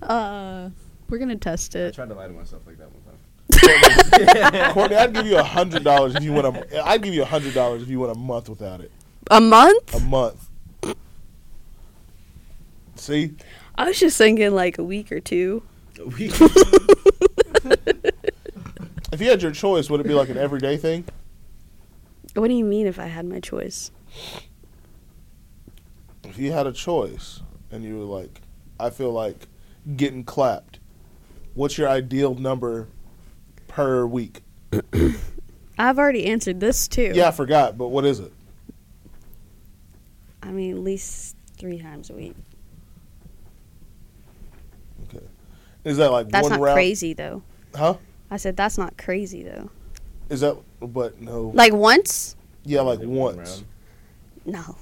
Uh, we're gonna test
I
it.
tried to lie to myself like that one time.
Courtney, I'd give you a hundred dollars if you went a I'd give you a hundred dollars if you went a month without it.
A month?
A month. See?
I was just thinking like a week or two.
If you had your choice, would it be like an everyday thing?
What do you mean if I had my choice?
if you had a choice and you were like, I feel like getting clapped what's your ideal number per week?
I've already answered this too.
Yeah, I forgot, but what is it?
I mean, at least three times a week.
Is that like
That's
one
not
round?
crazy though.
Huh?
I said that's not crazy though.
Is that? But no.
Like once?
yeah, like
One
once.
round?
No.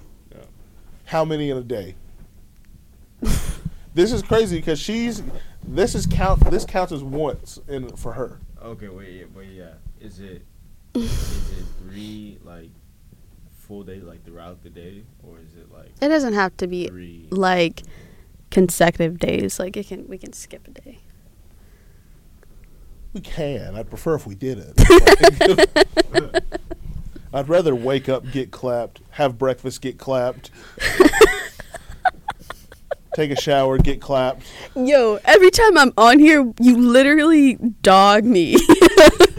How many in a day? this is crazy because she's. This is count. This counts as once in for her.
Okay, wait, yeah, wait, yeah. Is it is it three like full days like throughout the day, or is it like
It doesn't have to be
three?
like consecutive days. Like it can we can skip a day.
We can. I'd prefer if we did it. I'd rather wake up, get clapped, have breakfast, get clapped, take a shower, get clapped.
Yo, every time I'm on here, you literally dog me. every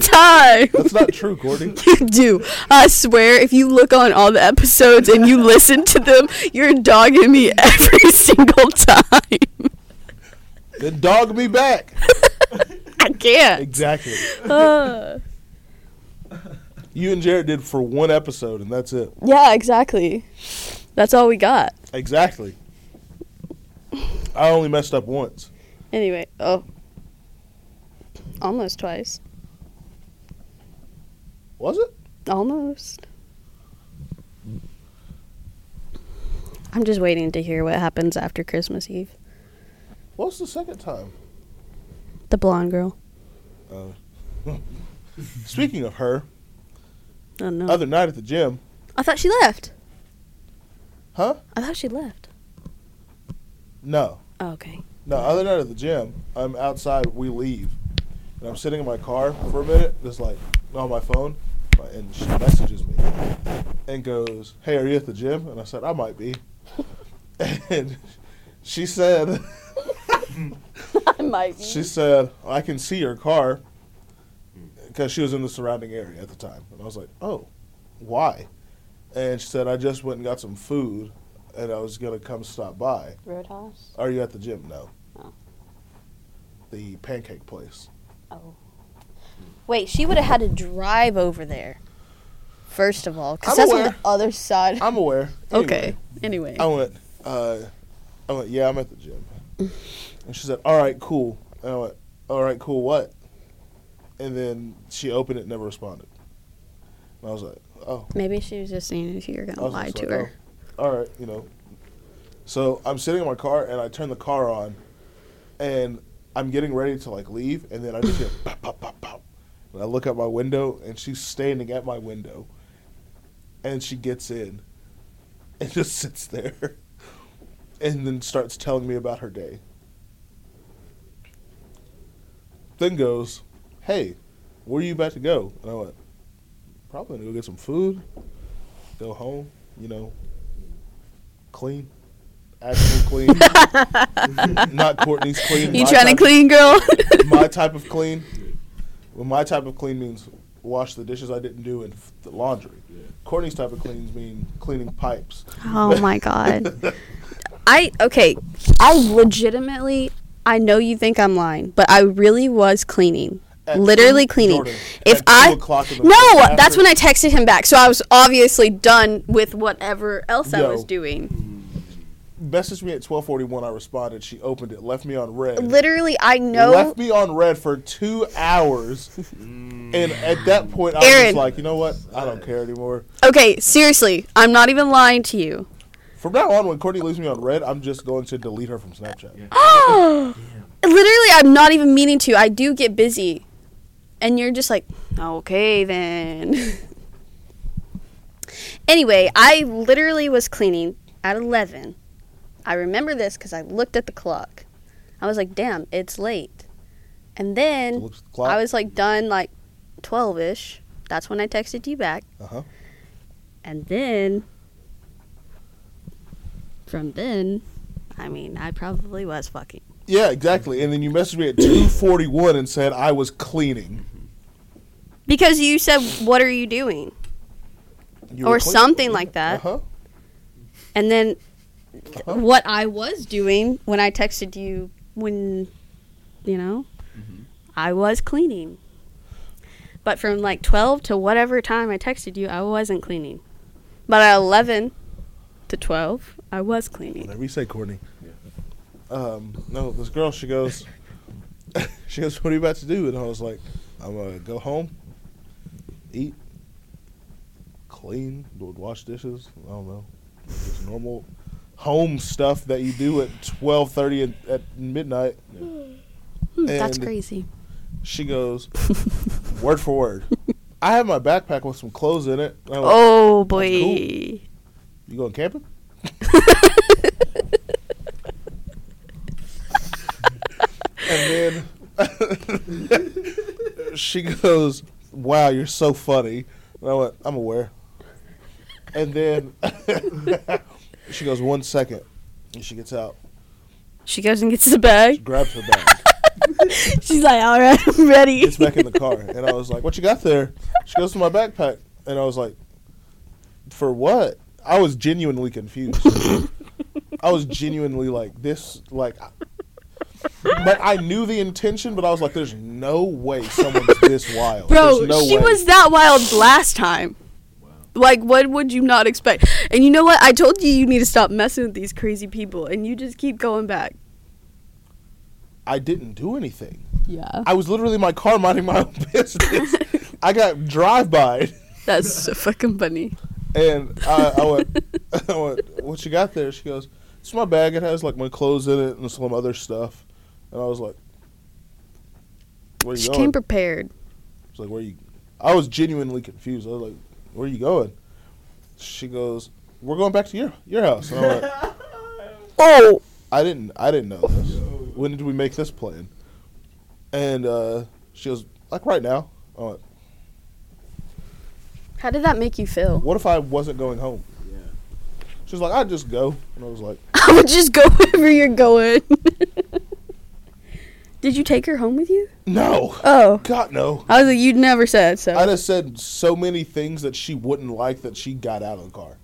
time.
That's not true, Courtney.
You do. I swear, if you look on all the episodes and you listen to them, you're dogging me every single time.
Then dog me back.
I can't.
Exactly.
Uh,
You and Jared did for one episode, and that's it.
yeah, exactly. That's all we got.
Exactly. I only messed up once.
Anyway, oh. Almost twice.
Was it?
Almost. I'm just waiting to hear what happens after Christmas Eve.
What was the second time? Uh,
The blonde girl.
Speaking of her,
Oh no.
other night at the gym,
I thought she left.
huh?
I thought she left.
No.
Oh, okay.
No, other night at the gym, I'm outside, we leave. And I'm sitting in my car for a minute, just like on my phone, and she messages me and goes, Hey, are you at the gym? And I said, I might be. and she said,
I might be.
She said, I can see your car because she was in the surrounding area at the time. And I was like, oh, why? And she said, I just went and got some food and I was going to come stop by.
Roadhouse.
Are you at the gym? No.
Oh.
The pancake place.
Oh. Wait, she would have had to drive over there. First of all,
I'm
because that's on
aware.
the other side.
I'm aware. Anyway,
okay. Anyway.
I went, uh, I went, yeah, I'm at the gym. and she said, all right, cool. And I went, all right, cool, what? And then she opened it and never responded. And I was like, oh.
Maybe she was just seeing if you were
I
gonna
was
lie
just
to
like,
her.
"Oh, all right, you know. So I'm sitting in my car and I turn the car on, and I'm getting ready to like leave, and then I just hear pop, pop, pop, pop, and I look out my window and she's standing at my window, and she gets in, and just sits there, and then starts telling me about her day. Then goes, "Hey, where are you about to go?" And I went, "Probably gonna go get some food." go home, you know, clean, actual clean, not Courtney's clean.
You
my
trying to
type-
clean, girl?
My type of clean. Well, my type of clean means wash the dishes I didn't do and f- the laundry. Courtney's type of cleans mean cleaning pipes.
oh my god. I okay. I legitimately. I know you think I'm lying, but I really was cleaning.
At
Literally
two-
cleaning.
Jordan,
if
at two
I
o'clock in the
no,
morning
that's
after-
when I texted him back. So I was obviously done with whatever else I
Yo.
was doing.
Messaged me at twelve forty one. I responded. She opened it, left me on red.
Literally, I know.
Left me on red for two hours, and at that point I
Aaron.
was like, you know what? I don't care anymore.
Okay, seriously, I'm not even lying to you.
From now on, when Courtney leaves me on red, I'm just going to delete her from Snapchat.
Literally, I'm not even meaning to. I do get busy, and you're just like, okay then. anyway, I literally was cleaning at 11. I remember this because I looked at the clock. I was like, damn, it's late. And then
Looks at the clock.
I was like done like 12 ish. That's when I texted you back.
Uh-huh.
And then, from then, I mean, I probably was fucking.
Yeah, exactly. And then you messaged me at two forty one and said I was cleaning.
Because you said, What are you doing?
You Uh-huh,
or something like that.
Uh huh.
And then
uh-huh.
what I was doing when I texted you when you know I was cleaning. But from like 12 to whatever time I texted you, I wasn't cleaning. But at 11 to 12, I was cleaning.
Whatever you say, Courtney. Um, no, this girl, she goes, she goes, what are you about to do? And I was like, I'm going to go home, eat, clean, do- wash dishes. I don't know. Just normal home stuff that you do at 12.30 at, at midnight.
Hmm,
that's
And-
crazy.
She goes, word for word. I have my backpack with some clothes in it. And I went,
Oh boy.
cool. You going camping? and then she goes, "Wow, you're so funny." And I went, "I'm aware." And then she goes, "One second," and she gets out,
She goes and gets the bag.
grabs her bag,
She's like, "All right, I'm ready."
gets back in the car, and I was like, "What you got there?" She goes to my backpack, and I was like, "For what?" I was genuinely confused. I was genuinely like, "This like." But I knew the intention, but I was like, "There's no way someone's this wild."
Bro,
There's no
she
way.
was that wild last time. Like, what would you not expect? And you know what? I told you you need to stop messing with these crazy people, and you just keep going back.
I didn't do anything.
Yeah.
I was literally in my car minding my own business. I got drive by
That's so fucking funny.
and I, I went, I went, what you got there? She goes, it's my bag. It has like my clothes in it and some other stuff. And I was like, where you
She
going?
came prepared.
She's like, where you? I was genuinely confused. I was like, where you going? She goes, we're going back to your your house. And I went,
Oh!
I didn't I didn't know this. When did we make this plan? And uh, she goes, like right now. I went,
How did that make you feel?
what if I wasn't going home?
Yeah.
She was like, I'd just go. And I was like,
I would just go wherever you're going. did you take her home with you?
no.
Oh.
God, no.
I was like, you'd never said so.
I just said so many things that she wouldn't like that she got out of the car.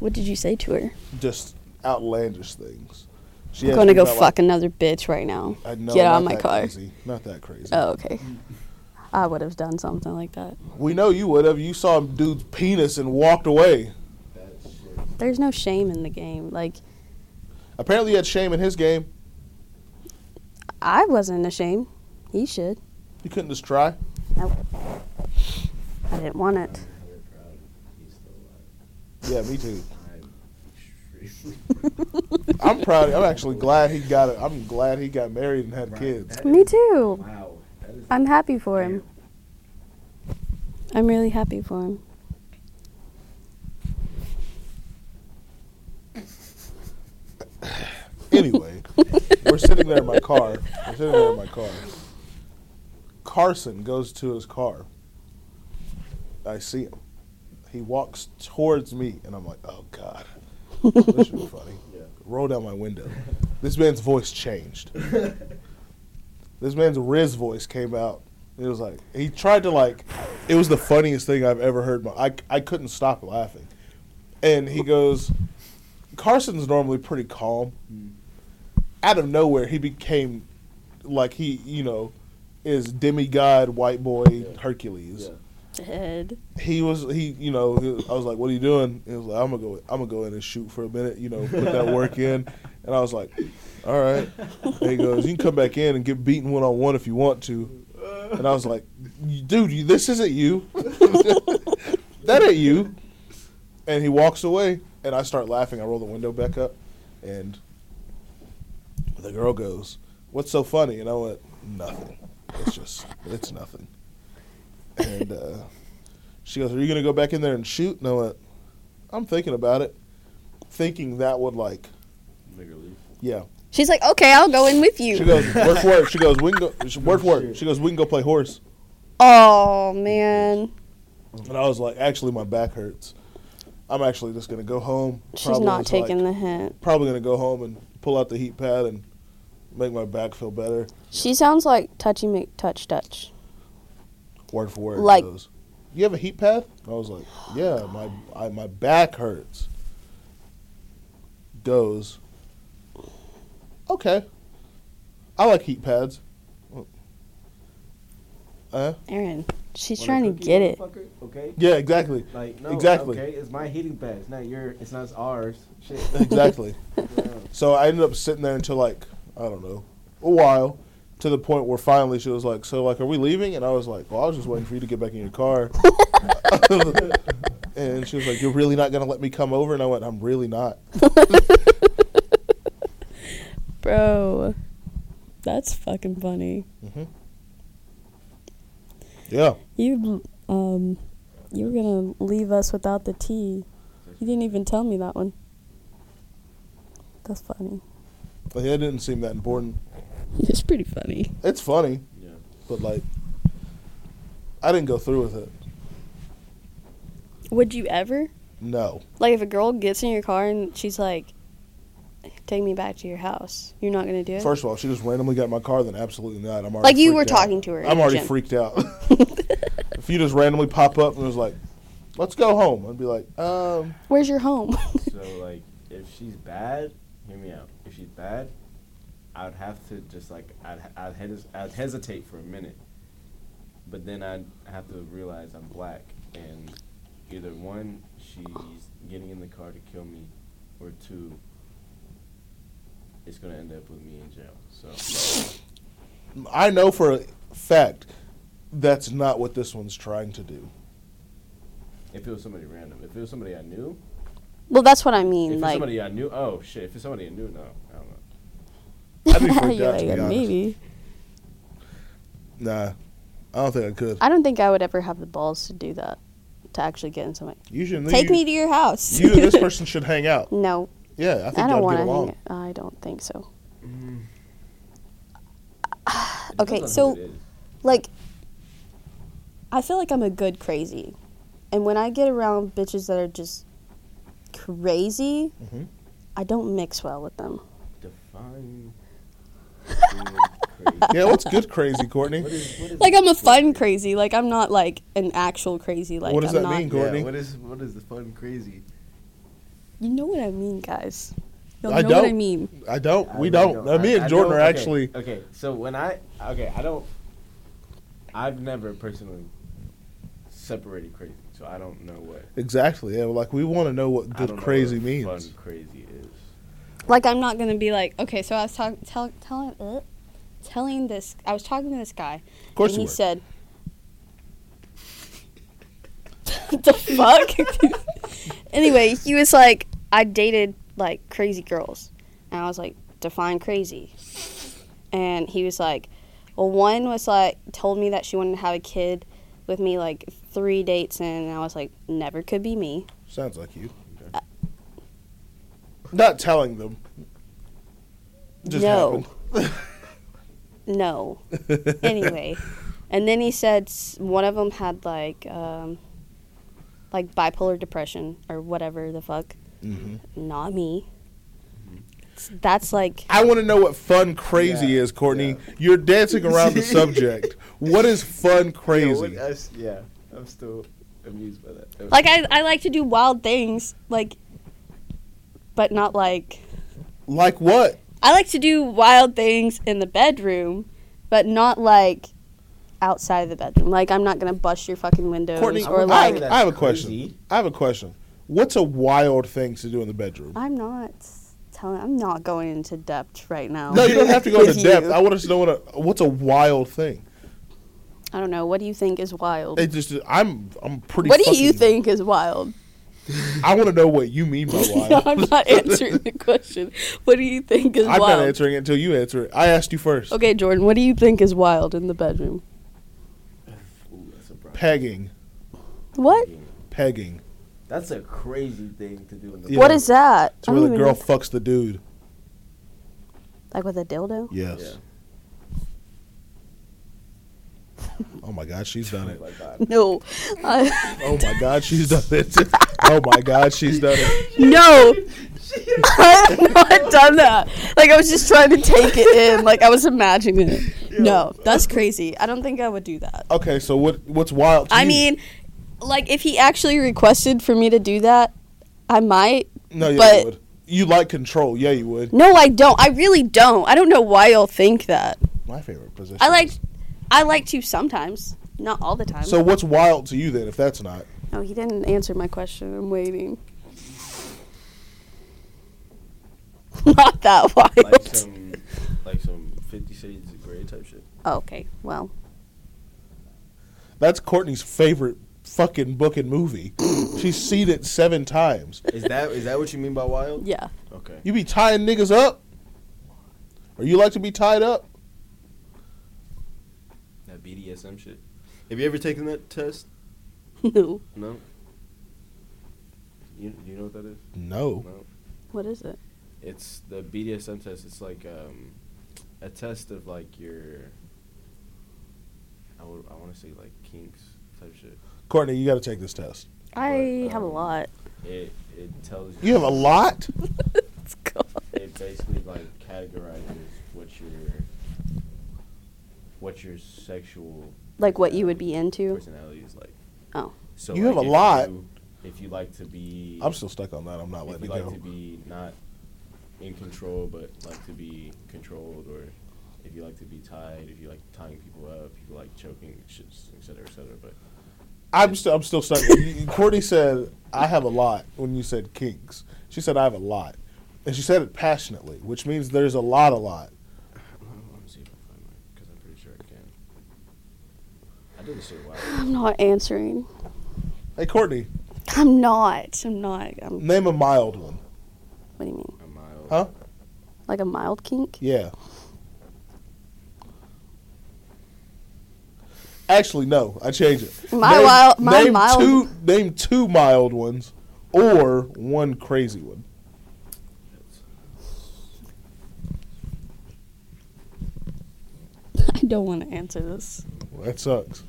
what did you say to her?
Just outlandish things. She
I'm
asked
going to
me
go
about,
fuck another bitch right now.
like, I know,
Get out
not
of my
that
car.
Crazy. Not that crazy.
Oh, okay. I would have done something like that.
We know you would have. You saw a dude's penis and walked away.
There's no shame in the game. Like,
Apparently, he had shame in his game.
I wasn't ashamed. He should.
You couldn't just try.
I didn't want it.
Yeah, me too. I'm proud. I'm actually glad he got it. I'm glad he got married and had kids.
Me too.
Wow. That is
I'm happy for him. I'm really happy for him.
Anyway, we're sitting there in my car. We're sitting there in my car. Carson goes to his car. I see him. He walks towards me, and I'm like, "Oh God, this should be funny." Roll down my window. This man's voice changed. this man's Riz voice came out. It was like he tried to like. It was the funniest thing I've ever heard. My, I I couldn't stop laughing. And he goes, Carson's normally pretty calm. Out of nowhere, he became like he you know is demigod white boy Hercules.
Dead.
He was he you know he- I was like, what are you doing? He was like, I'm gonna go I'm gonna go in and shoot for a minute. You know, put that work in. And I was like, all right. And he goes, you can come back in and get beaten one on one if you want to. And I was like, dude, you, this isn't you. that ain't you. And he walks away, and I start laughing. I roll the window back up, and the girl goes, "What's so funny?" And I went, "Nothing. It's just, it's nothing." And uh, she goes, "Are you gonna go back in there and shoot?" And I went, "I'm thinking about it, thinking that would like,
literally.
yeah."
She's like, okay, I'll go in with
She
you.
goes, "Word for word." She goes, "We can go." she- Word for word. She goes, "We can go play horse."
Oh, man.
And I was like, "Actually, my back hurts. I'm actually just gonna go home."
She's
Probably
not
was like-
taking the hint.
probably gonna go home and pull out the heat pad and make my back feel better.
She sounds like touchy make touch touch.
Word for word.
Like-
Like, goes, you have a heat pad? I was like, yeah, my I, my back hurts. goes, okay, I like heat pads. Uh,
Aaron, she's
Wanna
trying to
cookie,
get it.
motherfucker? Okay.
yeah, exactly,
Like no.
Exactly.
Okay, it's my heating pad. It's not your. It's not ours. Shit.
exactly.
Yeah.
so I ended up sitting there until like I don't know a while, to the point where finally she was like, "So like, are we leaving?" And I was like, "Well, I was just waiting for you to get back in your car." and she was like, "You're really not gonna let me come over?" And I went, "I'm really not."
Bro, that's fucking funny.
Yeah,
You um you were going to leave us without the tea. You didn't even tell me that one. That's funny.
like, it didn't seem that important.
It's pretty funny.
It's funny,
Yeah.
but like, I didn't go through with it.
Would you ever?
No,
Like if a girl gets in your car and she's like take me back to your house. You're not going to do it?
first of all, she just randomly got in my car. Then absolutely not. I'm already
like you were
freaked out.
talking to her. in
I'm
the
already
gym.
freaked out. if you just randomly pop up and was like, "Let's go home," I'd be like, "Um,
Where's your home?
So like, if she's bad, hear me out. If she's bad, I'd have to just like I'd I'd, hes- I'd hesitate for a minute, but then I'd have to realize I'm black and either one she's getting in the car to kill me, or two. It's gonna end up with me in jail. So
I know for a fact that's not what this one's trying to do."
if it was somebody random, if it was somebody I knew,
well, that's what I
if
mean.
it's
Like,
somebody I knew, oh shit, if it's somebody I knew, no, I don't
I'd
know.
be freaked
You're
out. to
like,
be honest.
maybe.
Nah, I don't think I could.
I don't think I would ever have the balls to do that. To actually get in somebody.
You should
Take
you,
me to your house.
you and this person should hang out.
no,
Yeah, I think
I,
y'all
don't
would
want
get
to
along.
hang. I don't think so.
It
Mm. Okay,
depends on who
so-
it is.
Like, I feel like I'm a good crazy, and when I get around bitches that are just crazy,
Mhm.
I don't mix well with them.
define. being crazy.
Yeah, what's good, crazy Courtney?
What is, what is
Like I'm a fun
crazy.
crazy. Like I'm not like an actual crazy. Like
What does that
I'm not,
mean, Courtney?
Yeah, what is what is the fun crazy?
You know what I mean, guys. You'll
I
know what I
don't.
mean.
I don't.
I
we
really
don't. Uh, me
I-
and
I
Jordan
don't-
are
okay,
actually.
okay. So when I okay, I don't. I've never personally separated crazy, so I don't know what
Exactly. Yeah. Like we want to know what
I
good
don't know
crazy
what
means.
Fun crazy is.
like I'm not gonna be like, okay, so I was talking, tell, telling, uh, telling this, I was talking to this guy,
Of course
and
you
he
were.
said, the fuck. anyway, he was like, I dated like crazy girls, and I was like, define crazy, and he was like, well, one was like told me that she wanted to have a kid with me like three dates in, and I was like, never could be me.
Sounds like you.
Uh,
Not telling them. Just
No.
happened.
No. anyway, and then he said s- one of them had like um, like bipolar depression or whatever the fuck.
Mm-hmm.
Not me. S- That's like
I want to know what fun crazy is, Courtney. You're dancing around the subject. What is fun crazy?
Yeah, what else- yeah, I'm still amused by that. Okay.
like I I like to do wild things like, but not like
like what?
I like to do wild things in the bedroom, but not like outside of the bedroom. Like I'm not gonna bust your fucking windows
Courtney,
or
would
I,
like
say
have,
that's
I have a question.
crazy.
I have a question. What's a wild thing to do in the bedroom?
I'm not telling. I'm not going into depth right now.
No, you don't have to go into
With
depth.
you.
I want us to know what a, what's a wild thing.
I don't know. What do you think is wild?
It just I'm I'm pretty.
what do you
fucking-
think is wild?
I want to know what you mean by
No,
wild.
I'm not answering the question. What do you think is
I'm
wild?
not answering it until you answer it. I asked you first.
Okay, Jordan. What do you think is wild in the bedroom?
Ooh, that's a broad
Pegging,
What?
thing.
pegging.
That's a crazy thing to do in the
Yeah.
What is that?
It's where the
even
girl
know.
fucks the dude.
Like with a dildo?
Yes. Oh my god, she's done
Oh
it.
my God.
No, I,
Oh my god, she's done it. Oh my god, she's done it.
no. I've not done that. Like I was just trying to take it in. Like I was imagining it. No, that's crazy. I don't think I would do that.
Okay, so what what's wild? to
I
you?
mean, like if he actually requested for me to do that, I might.
no, yeah,
but-
you would. you like control. Yeah, you would.
No, I don't. I really don't. I don't know why y'all think that.
My favorite position.
I like, I like to sometimes, not all the time.
So what's wild to you then? If that's not
No, he didn't answer my question. I'm waiting. Not that wild.
like um, some like some Fifty Shades of Grey type shit.
Oh, okay, well,
that's Courtney's favorite fucking book and movie. She's seen it seven times.
Is that is that what you mean by wild?
yeah.
Okay.
You be tying niggas up, or you like to be tied up?
That BDSM shit. Have you ever taken that test?
No.
No. You do you know what that is?
No.
No.
What is it?
It's the BDSM test. It's like um, a test of like your. I would I want to say like kinks type shit.
Courtney, you got to take this test.
I
But,
have a
um,
lot.
It it tells
You have a lot.
Let's go.
It basically like categorizes what your what your sexual uh,
Like what you would be into.
personality is like.
Oh.
So
You have
like,
a
if
lot.
you- if you like to be,
I'm still stuck on that. I'm not
if
letting
you
it
like
go.
to be not in control, but like to be controlled, or if you like to be tied, if you like tying people up, if you like choking, shit, et cetera, et cetera. But
I'm still I'm still stuck. You- Courtney said I have a lot when you said kinks. She said I have a lot, and she said it passionately, which means there's a lot, a lot.
let me see if I find mine because I'm pretty sure I can. I did this shit a while. ago.
I'm not answering.
Hey Courtney,
I'm not. I'm not. I'm,
name a mild one.
what do you mean?
A mile.
Huh?
Like a mild kink?
Yeah. Actually, no. I change it.
My wild- my
name
mild-
Two, name two mild ones, or one crazy one.
I don't want to answer this.
Well, that sucks.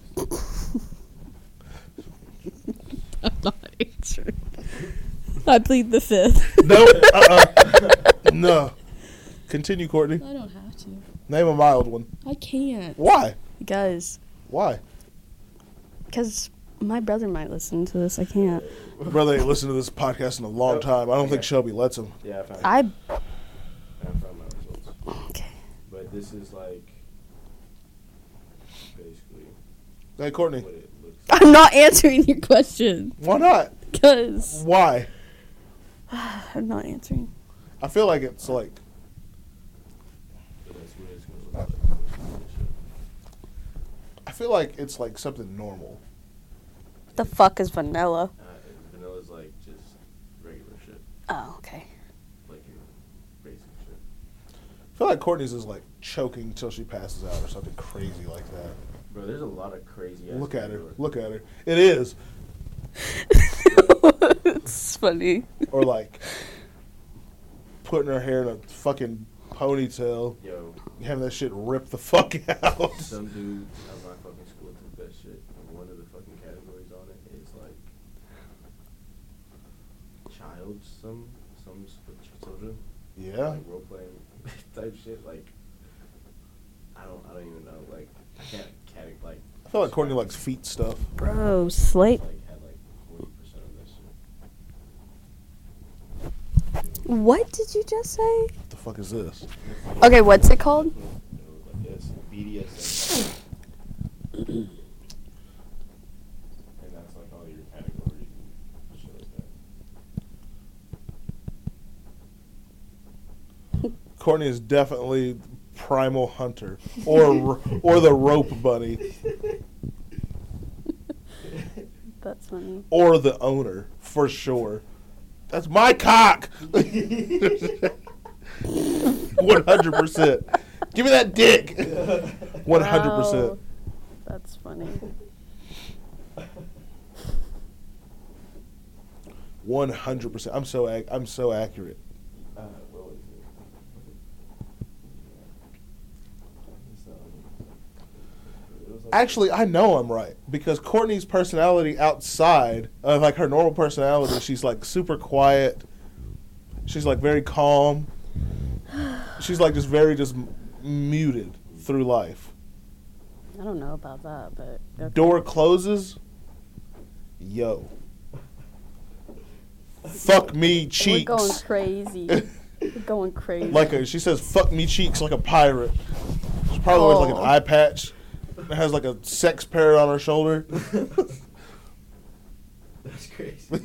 I'm not answering. I plead the fifth.
No. Uh-uh. no. Continue, Courtney.
I don't have to.
Name a mild one.
I can't.
Why?
Guys,
Why?
because my brother might listen to this. I can't.
My brother ain't listened to this podcast in a long
Nope.
time. I don't think
Okay.
Shelby lets him.
Yeah, I found. it.
I.
I found my results.
Okay.
But this is like basically
Hey, Courtney,
what it looks. like.
I'm not answering your question.
why not?
Because
Why?
I'm not answering.
I feel like it's like
That's what it's gonna look like.
I feel like it's like something normal.
What the fuck is vanilla?
Uh, vanilla's like just regular shit,
Oh, okay.
like your basic shit.
I feel like Courtney's is like choking till she passes out or something crazy like that.
Bro, there's a lot of crazy. ass
Look at her.
vanilla.
Look at her. It is.
it's funny.
Or like putting her hair in a fucking ponytail,
Yo,
having that shit rip the fuck out.
some dude at my fucking school took that shit, and one of the fucking categories on it is like child, some some s- with ch- children,
Yeah.
like role playing type shit. Like, I don't, I don't even know. Like, I can't, can't like.
I feel like Courtney likes feet stuff.
Bro, Slate.
Like, had like forty percent of that shit.
What did you just say?
What the fuck is this?
Okay, what's it called?
Yes, BDSM. and that's like all your categories and shit like that.
Courtney is definitely primal hunter or or the rope bunny
That's funny.
or the owner for sure. That's my cock. 100%. Give me that dick. 100%.
That's funny.
100%. I'm so ac- I'm so accurate.
Uh, what was it? It's, um, it was like-
Actually, I know I'm right because Courtney's personality outside of like her normal personality, she's like super quiet. She's like very calm. She's like just very just m- muted through life.
I don't know about that, but okay.
Door closes. Yo. fuck me
We're going
cheeks.
crazy. We're going crazy.
Like a, she says, fuck me cheeks like a pirate. She probably wears like
Oh.
an eye patch. Has like a sex parrot on her shoulder.
That's crazy.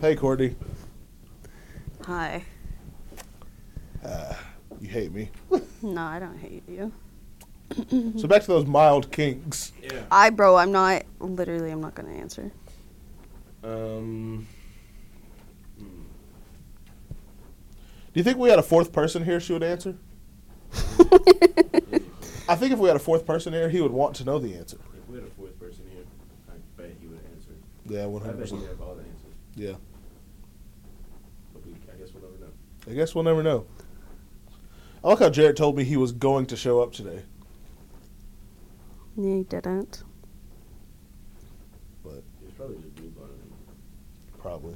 Hey, Courtney,
Hi.
you hate me.
No, I don't hate you.
So back to those mild kinks.
yeah.
I, bro, I'm not. Literally, I'm not gonna answer.
Um. hmm.
Do you think we had a fourth person here, she would answer? I think if we had a fourth person here, he would want to know the answer.
If we had a fourth person here, I bet he would answer.
Yeah, one
I
hundred
bet he'd
percent.
have all the answers.
Yeah,
But we, I guess we'll never know.
I guess we'll never know. I like how Jared told me he was going to show up today.
You didn't.
He was probably just blue balling him.
Probably.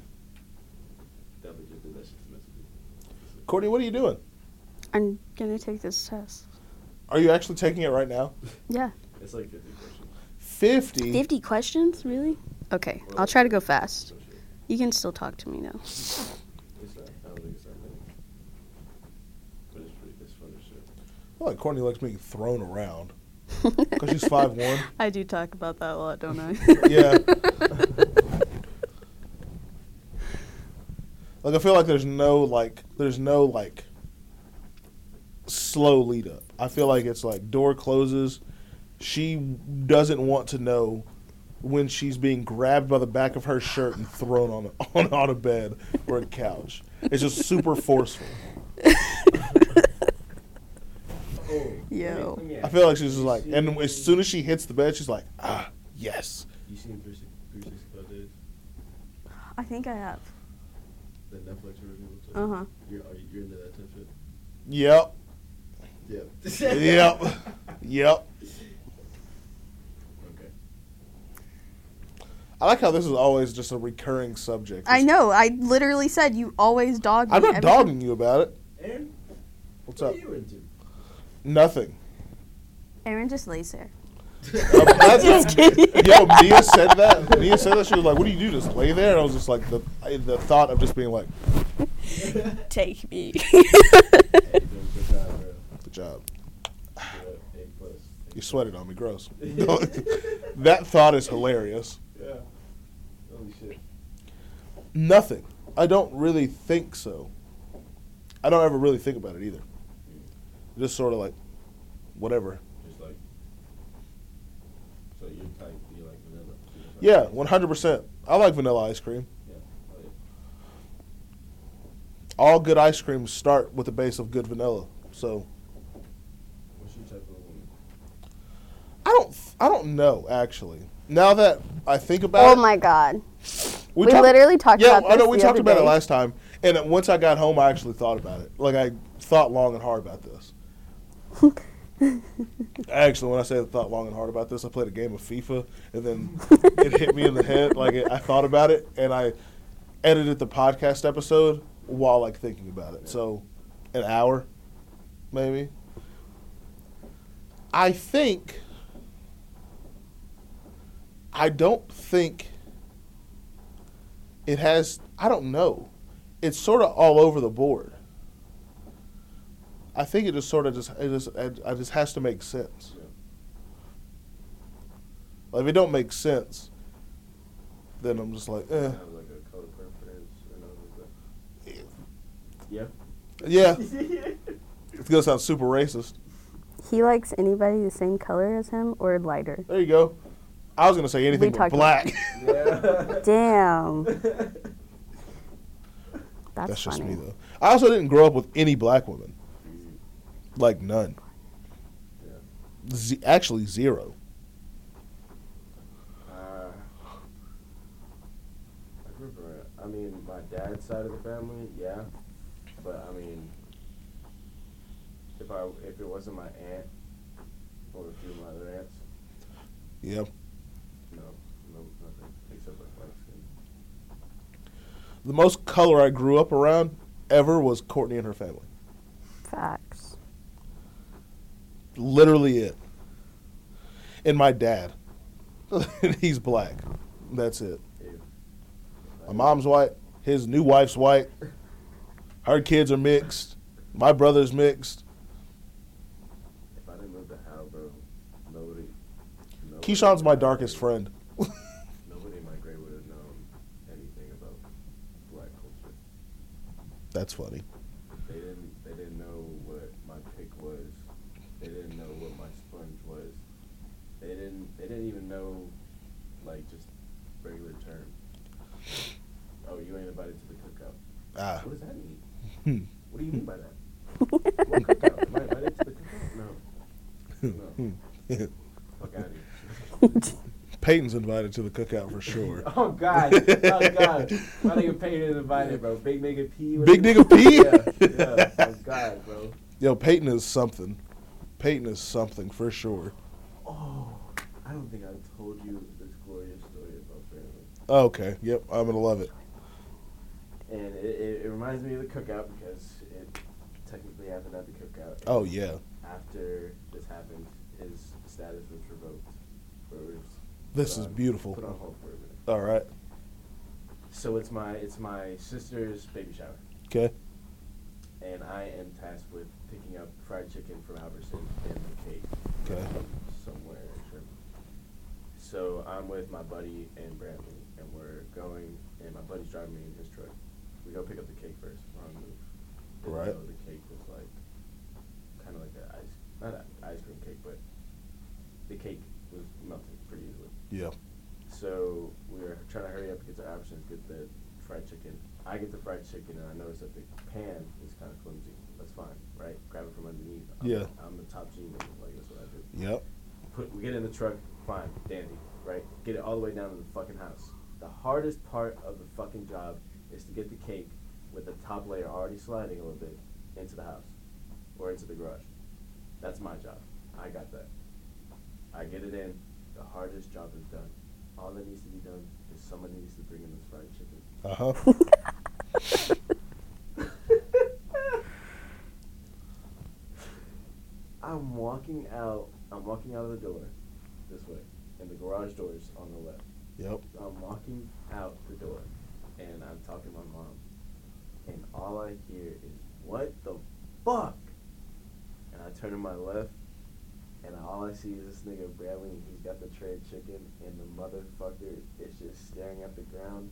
Definitely just did that shit to mess with you.
Courtney, what are you doing?
I'm gonna take this test.
Are you actually taking it right now?
Yeah.
It's like 50 questions.
Fifty.
50 questions? Really? Okay, I'll try to go fast. You can still talk to me now.
It's not, I don't think it's that many. But it's pretty, it's fun as shit.
I like Courtney likes being thrown around because she's five one.
I do talk about that a lot, don't I?
Yeah. Like I feel like there's no like there's no like slow lead up. I feel like it's like door closes. She doesn't want to know when she's being grabbed by the back of her shirt and thrown on on on a bed or a couch. It's just super forceful.
Oh.
Yo.
I feel like she's just like, and as soon as she hits the bed, she's like, ah, yes.
You seen 365 Days?
I think I have.
The Netflix original? too?
Uh huh.
You're, are you- you're into that type shit?
Yep.
Yeah.
Yep. Yep.
Okay.
I like how this is always just a recurring subject.
I know. I literally said you always dog me.
I'm not
every time-
dogging you about it.
Aaron,
What's
what
up?
are you into?
Nothing.
Aaron just lays there.
Uh, that's-
Just kidding.
Yo, Mia said that. Mia said that. She was like, "What do you do? Just lay there?" And I was just like, the I- the thought of just being like,
Take me.
Hey, doing a good job, bro.
"Good job.
Good up. A plus.
You sweated on me. Gross." that thought is hilarious.
Yeah. Holy shit.
Nothing. I don't really think so. I don't ever really think about it either. Just sort of like, whatever.
Just like. So you're like, you like vanilla. You just like-
Yeah, 100%. I like vanilla ice cream.
Yeah. Oh, yeah.
All good ice creams start with a base of good vanilla. So
What's your type of woman?
I don't, I don't know actually. Now that I think about
oh
it,
my god. We,
talked-
literally talked
Yeah,
about
I
this.
know we
the
talked
other
about it
day.
last time, and uh, once I got home, I actually thought about it. Like I thought long and hard about this. actually, when I say I thought long and hard about this, I played a game of FIFA, and then it hit me in the head. Like it, I thought about it, and I edited the podcast episode while like thinking about it. So, an hour, maybe. I think. I don't think it has I don't know. It's sort of all over the board. I think it just sort of just it just it, it just has to make sense.
Yeah.
Like if it don't make sense, then I'm just like, eh.
I have like a color preference or nothing like that. Yeah.
yeah. It's gonna sound super racist.
He likes anybody the same color as him or lighter.
There you go. I was gonna say anything but
talked about-
black.
Yeah.
Damn. That's,
That's just
funny.
me though. I also didn't grow up with any black women, like none. Z- actually zero.
Uh, I grew up around. I mean, my dad's side of the family, yeah, but I mean, if I if it wasn't my aunt or a few of my other aunts,
Yeah.
no, no, nothing except like light skin.
The most color I grew up around ever was Courtney and her family.
Facts.
literally it. And my dad, he's black. That's it.
Ew.
My mom's white. His new wife's white. Her kids are mixed. My brother's mixed.
If I didn't move to Howe, bro, nobody. nobody
Keyshawn's my darkest friend.
Nobody in my grade would have known anything about black culture.
That's funny.
They didn't. They didn't know what my pick was. They didn't know what my sponge was. They didn't. They didn't even know, like just regular terms. Oh, you ain't invited to the cookout.
Ah,
What does that
Hmm.
mean? what do you mean by that? what cookout? Am I invited to the cookout? No.
Hmm.
No. Fuck out of here.
Peyton's invited to the cookout for sure.
Oh God! Oh God! My nigga Payton is invited, bro. Big nigga P.
Big nigga P.
Yeah, yeah. Oh God, bro.
Yo, Peyton is something. Peyton is something for sure.
Oh, I don't think I've told you this glorious story about family.
Okay. Yep. I'm gonna love it.
And it, it, it reminds me of the cookout because it technically happened at the cookout.
Oh yeah.
After this happened, his status was revoked. Or was
This
put
is
on- Put on
beautiful.
hold for a minute.
All right.
So it's my it's my sister's baby shower.
Okay.
and I am tasked with picking up fried chicken from Albertson and the cake
Okay.
somewhere. in Sherman. So I'm with my buddy and Bradley, and we're going, and my buddy's driving me in his truck. We go pick up the cake first. We're on the move. Didn't
Right.
know the cake was like kind of like an ice, not an ice cream cake, but the cake was melting pretty easily.
Yeah.
So we were trying to hurry up and get to Albertsons, get the fried chicken. I get the fried chicken, and I notice that the pan is kind of clumsy. That's fine, right? Grab it from underneath. I'm,
Yeah.
I'm the top G, man. like that's what I do.
Yep.
Put, we get in the truck, fine, dandy, right? Get it all the way down to the fucking house. The hardest part of the fucking job is to get the cake with the top layer already sliding a little bit into the house or into the garage. That's my job. I got that. I get it in. The hardest job is done. All that needs to be done is someone needs to bring in this fried chicken.
Uh huh.
I'm walking out. I'm walking out of the door this way, and the garage door is on the left.
Yep.
I'm walking out the door, and I'm talking to my mom, and all I hear is "What the fuck?" And I turn to my left, and all I see is this nigga Bradley, and he's got the tray of chicken, and the motherfucker is just staring at the ground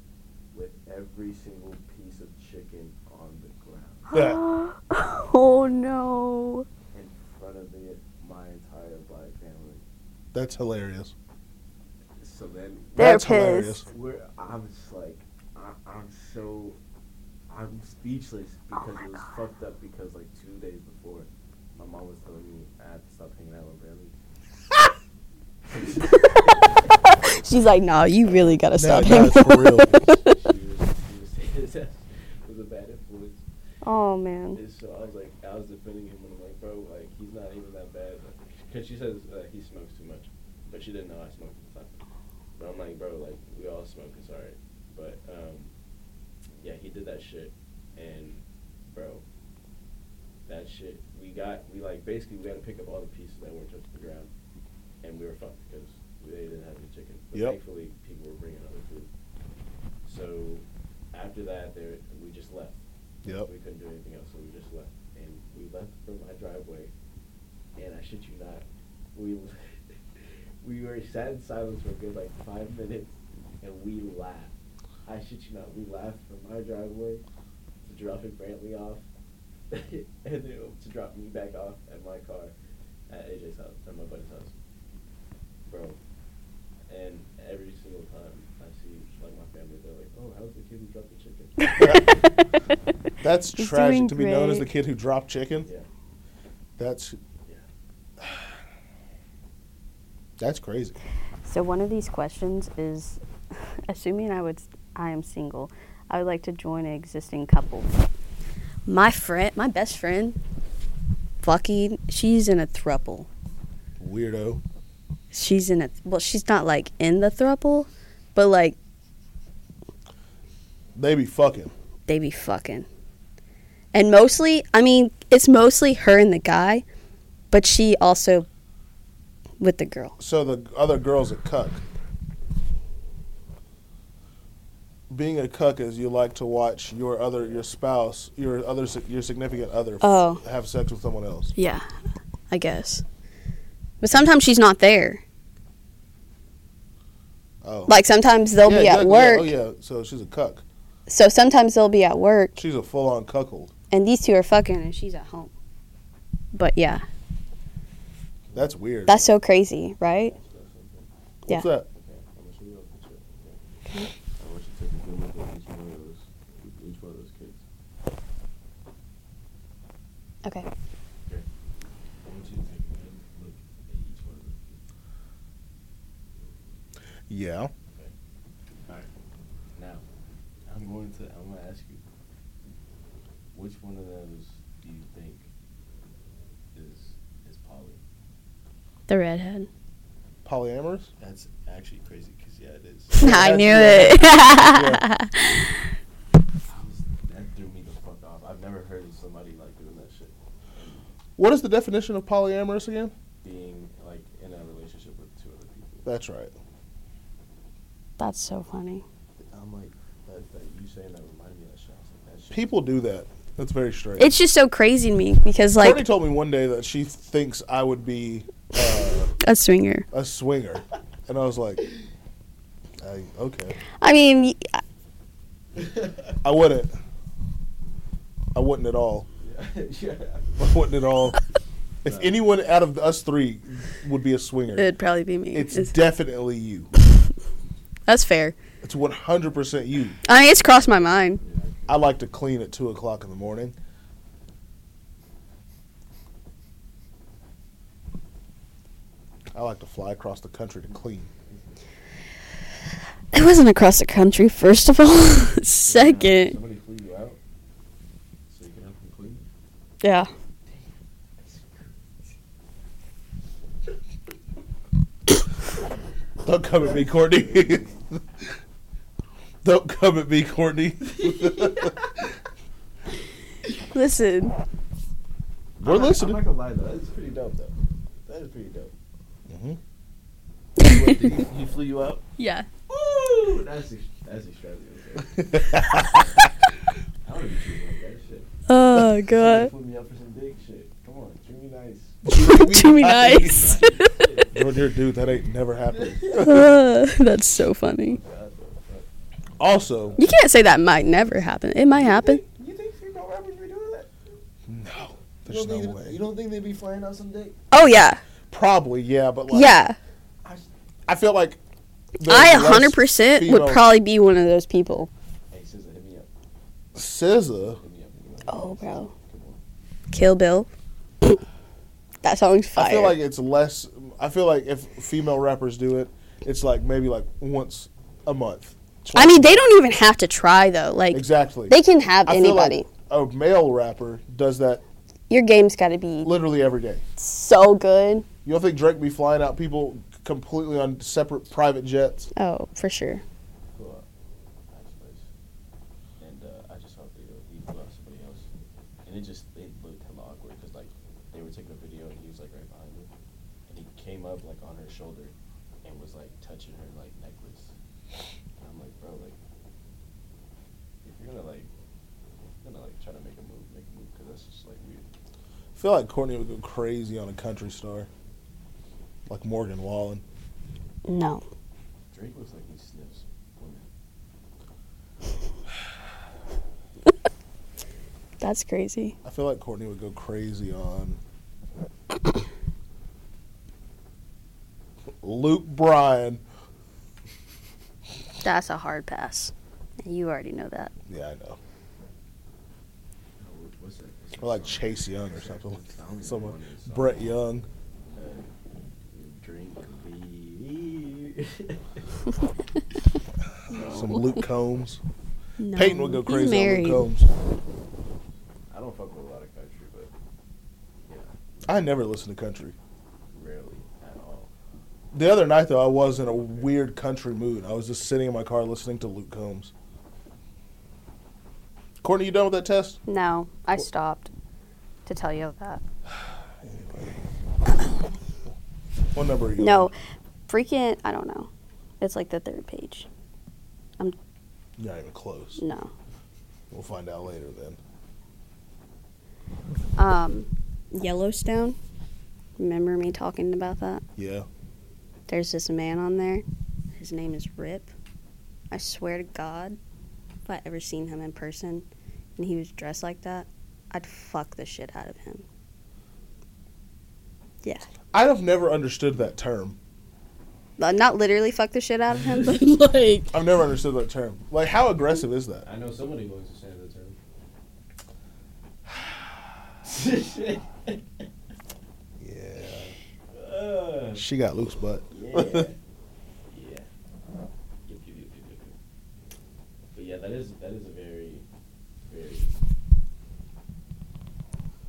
with every single piece of chicken on the ground
Yeah.
oh no.
in front of the, my entire black family.
That's hilarious.
So then
They're
That's hilarious.
We're, I'm just like, I, I'm so, I'm speechless because it was fucked up because like two days before, my mom was telling me I had to stop hanging out with Bradley.
She's like, nah, you really gotta
Nah,
stop
nah,
him.
it's for real.
She was, she was saying his ass was a bad influence.
oh man.
And so I was like, I was defending him and I'm like, bro, like he's not even that bad. Because she says uh, he smokes too much, but she didn't know I smoked at the time. But I'm like, bro, like we all smoke, it's alright. But um, yeah, he did that shit, and bro, that shit. We got we like basically we had to pick up all the pieces that weren't touching the ground, and we were fucked because they didn't have any chicken. But
Yep.
thankfully, people were bringing other food. So after that, there we just left.
Yep.
We couldn't do anything else, so we just left. And we left from my driveway, and I shit you not, we we were sat in silence for a good like five minutes, and we laughed. I shit you not, we laughed from my driveway to dropping Brantley off, and then to drop me back off at my car at AJ's house, at my buddy's house, bro. And every single time I see like my family, they're like, "Oh, how's the kid who dropped the chicken?"
That's
He's
tragic
doing
to be known as the
great.
kid who dropped chicken.
Yeah.
That's that's crazy.
So one of these questions is, assuming I would, I am single, I would like to join an existing couple. My friend, my best friend, fucking, she's in a throuple.
Weirdo.
She's in a well, she's not like in the throuple, but like
They be fucking.
they be fucking. And mostly, I mean, it's mostly her and the guy, but she also with the girl.
So the other girl's a cuck. being a cuck is you like to watch your other your spouse your other si- your significant other f-
Oh.
have sex with someone else.
Yeah, I guess. But sometimes she's not there.
Oh,
Like sometimes they'll
Yeah,
be at
exactly,
work.
Yeah. Oh yeah, so she's a cuck.
So sometimes they'll be at work
She's a full on cuckold.
and these two are fucking and she's at home. But yeah,
That's weird.
that's so crazy, right? yeah.
What's that?
much you love the chick. How much it took to come up with each one of those, with each one of those kids.
Okay.
I want you to take a look at each one of those kids.
Yeah.
Now, I'm going to I'm going to ask you, which one of those do you think is is poly?
The redhead.
Polyamorous.
That's actually crazy because yeah, it is.
I
That's-
knew
yeah.
it.
Yeah.
I was, that threw me the fuck off. I've never heard of somebody like doing that shit.
What is the definition of polyamorous again?
Being like in a relationship with two other people.
That's right.
That's so funny.
I'm like, that, that you saying that reminded me of that shit. I was like, that shit.
People do that. That's very strange.
It's just so crazy to me because
Courtney
like
told me one day that she thinks I would be uh,
a swinger.
a swinger, and I was like, I, okay,
I mean, y-
I wouldn't. I wouldn't at all.
yeah.
I wouldn't at all. If anyone out of us three would be a swinger,
it'd probably be me.
it's
It's-
definitely you.
that's fair.
It's one hundred percent you.
I mean, it's crossed my mind.
I like to clean at two o'clock in the morning. I like to fly across the country to clean.
It wasn't across the country, first of all. Second,
Somebody flew you out, so you can help them clean.
yeah.
Don't come at me, Courtney. Don't come at me, Courtney.
Listen,
We're
I'm not-
listening.
I'm not gonna lie though, that's pretty dope though. That is pretty dope.
Mm-hmm.
Mhm.
What, did he, he flew you out.
yeah.
Woo! That's ex- that's extravagant. okay. I don't even treat like that shit.
Oh
Somebody
god,
Flew me out for some big shit. Come on, treat me nice.
to be nice.
You're, you're a dude, that ain't never happened.
Uh, that's so funny.
God, bro.
Also,
You can't say that might never happen. It might happen.
You think female rappers be doing that?
no,
you
there's
don't
no
think, You
way.
don't think they be flying out some dick?
Oh yeah,
Probably, yeah, but like,
yeah.
I feel like the
I
less
100% would
female-
probably be one of those people.
Hey, SZA, hit me up.
SZA.
Hit me up. Hit me up.
Oh bro,
Come on.
Kill Bill. that song's fire.
I feel like it's less. I feel like if female rappers do it, it's like maybe like once a month.
I mean, they don't even have to try though. Like
exactly.
they can have
I feel like-
anybody.
a male rapper does that
Your game's got to be
literally every day.
so good.
You don't think Drake be flying out people completely on separate private jets?
Oh, for sure.
Flew out. Nice place. And uh, I just saw a video. He flew out somebody else, and it just it looked hella awkward because like they were taking a video and he was like right behind me, and he came up like on her shoulder, and was like touching her like necklace. And I'm like, bro, like if you're gonna like, if you're gonna like try to make a move, make a move because that's just like weird.
I feel like Courtney would go crazy on a country star, like Morgan Wallen.
No.
Drake looks like he sniffs women.
That's crazy.
I feel like Courtney would go crazy on Luke Bryan.
That's a hard pass. You already know that.
Yeah, I know.
Oh, what- What's that? What's that
Or like
song?
Chase Young or something.
I don't even
Someone.
know this song.
Brett Young.
Drink beer.
Some Luke Combs.
No.
Peyton would go
He's
crazy on
married.
Luke Combs.
I don't fuck with a lot of country, but
I never listen to country.
rarely at all.
The other night, though, I was in a weird country mood. I was just sitting in my car listening to Luke Combs. Courtney, you done with that test?
No, I stopped to tell you that.
What number are you?
No,
on?
freaking, I don't know. It's like the third page. I'm
Not even close.
No.
We'll find out later then.
Um, Yellowstone. Remember me talking about that?
Yeah.
There's this man on there. His name is Rip. I swear to God, if I ever seen him in person and he was dressed like that, I'd fuck the shit out of him. Yeah.
I'd have never understood that term.
Uh, Not literally fuck the shit out of him, but
like
I've never understood that term. Like, how aggressive is that?
I know somebody wants to say the term.
Yeah.
Uh,
She got loose butt.
yeah. yeah. Yep, yep, yep, yep, yep, yep. But yeah, that is that is a very, very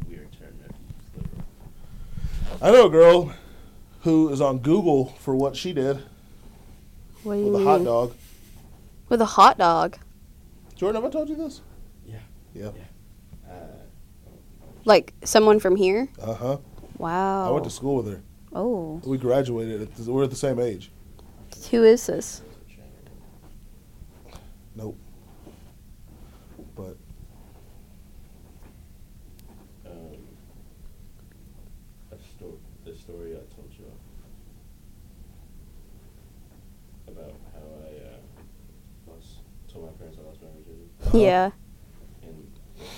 weird term that you use, liberal.
I know a girl who is on Google for what she did
what do you
with a
mean?
hot dog.
With a hot dog,
Jordan, have I told you this?
Yeah.
Yeah.
Uh,
like someone from here.
Uh huh.
Wow.
I went to school with her.
oh,
We graduated. At the, we're at the same age.
who is this?
But
um, a sto- the story I told you about how I uh, lost, told my parents I lost my virginity,
Yeah.
and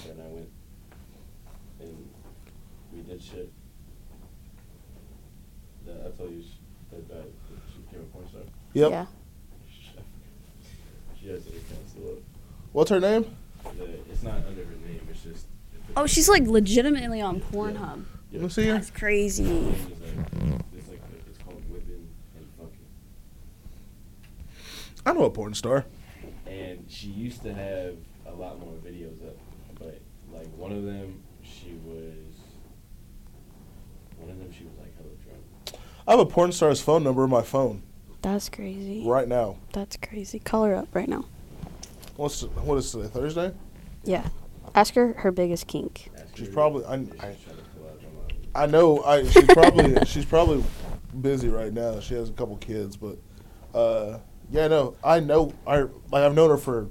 then I went and we did shit. That I told you she, that I, that she became a porn star.
yep.
Yeah.
She has a council.
What's her name?
It's not under her name. It's just.
Oh, she's like legitimately on Pornhub.
Let me see her.
That's crazy.
It's like, it's like it's called whipping and fucking.
I know a porn star.
and she used to have a lot more videos up, but like one of them, she was one of them, she was like hella drunk.
I have a porn star's phone number in my phone
That's crazy.
right now.
That's crazy. Call her up right now.
What's what is today? Thursday?
Yeah. Ask her her biggest kink.
Ask
She's
her
probably- I-
if she's
I-
trying to pull out her mom.
I know. I she's probably she's probably busy right now. She has a couple kids, but uh, yeah, no, I know. I like I've known her for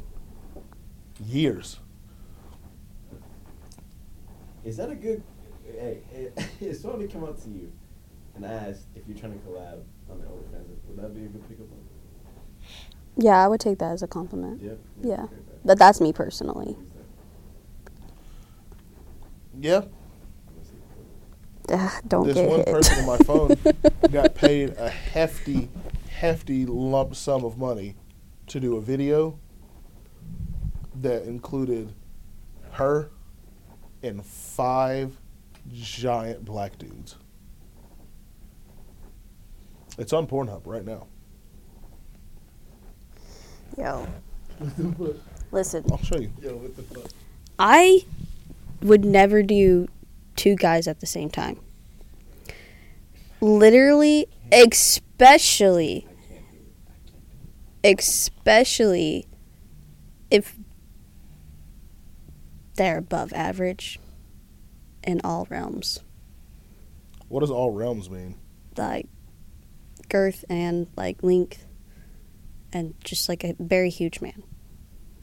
years.
Is that a good? Hey, hey, if somebody come up to you and ask if you're trying to collab on the OnlyFans, would that be a good pickup line?
Yeah, I would take that as a compliment.
Yep.
Yeah.
okay, that-
But that's me personally.
use that.
Yeah,
I'm gonna see if it
Ugh, don't
this
get
one
hit.
person on my phone got paid a hefty, hefty lump sum of money to do a video that included her and five giant black dudes. It's on Pornhub right now.
Yo. Listen,
I'll show you.
Yo, what the fuck?
I would never do two guys at the same time. Literally, especially, especially if they're above average in all realms,
What does all realms mean?
like girth and like length, and just like a very huge man.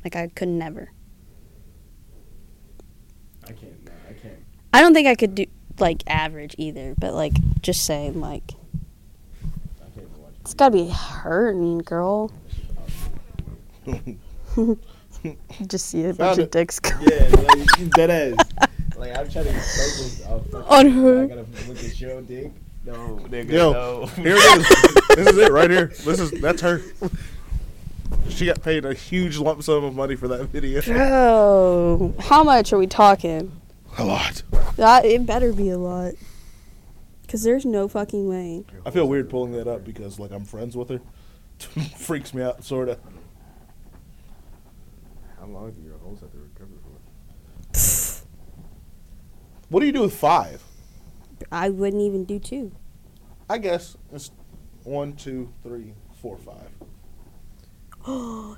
Like I could never.
I can't. No, I can't.
I don't think I could do like average either, but like just saying like
I can't even watch.
it's gotta be hurting, girl. just see a bunch
Found
of
it.
dicks go.
Yeah, like dead ass. like I'm trying to focus off
On her.
I gotta look at your dick. No, nigga,
Yo, here it is. this is it right here. This is that's her. She got paid a huge lump sum of money for that video.
Bro, how much are we talking?
A lot.
That it better be a lot, cause there's no fucking way.
I feel weird pulling that up because like I'm friends with her. Freaks me out, sorta.
How long do your holes have to recover for?
What do you do with five?
I wouldn't even do two.
I guess it's one, two, three, four, five.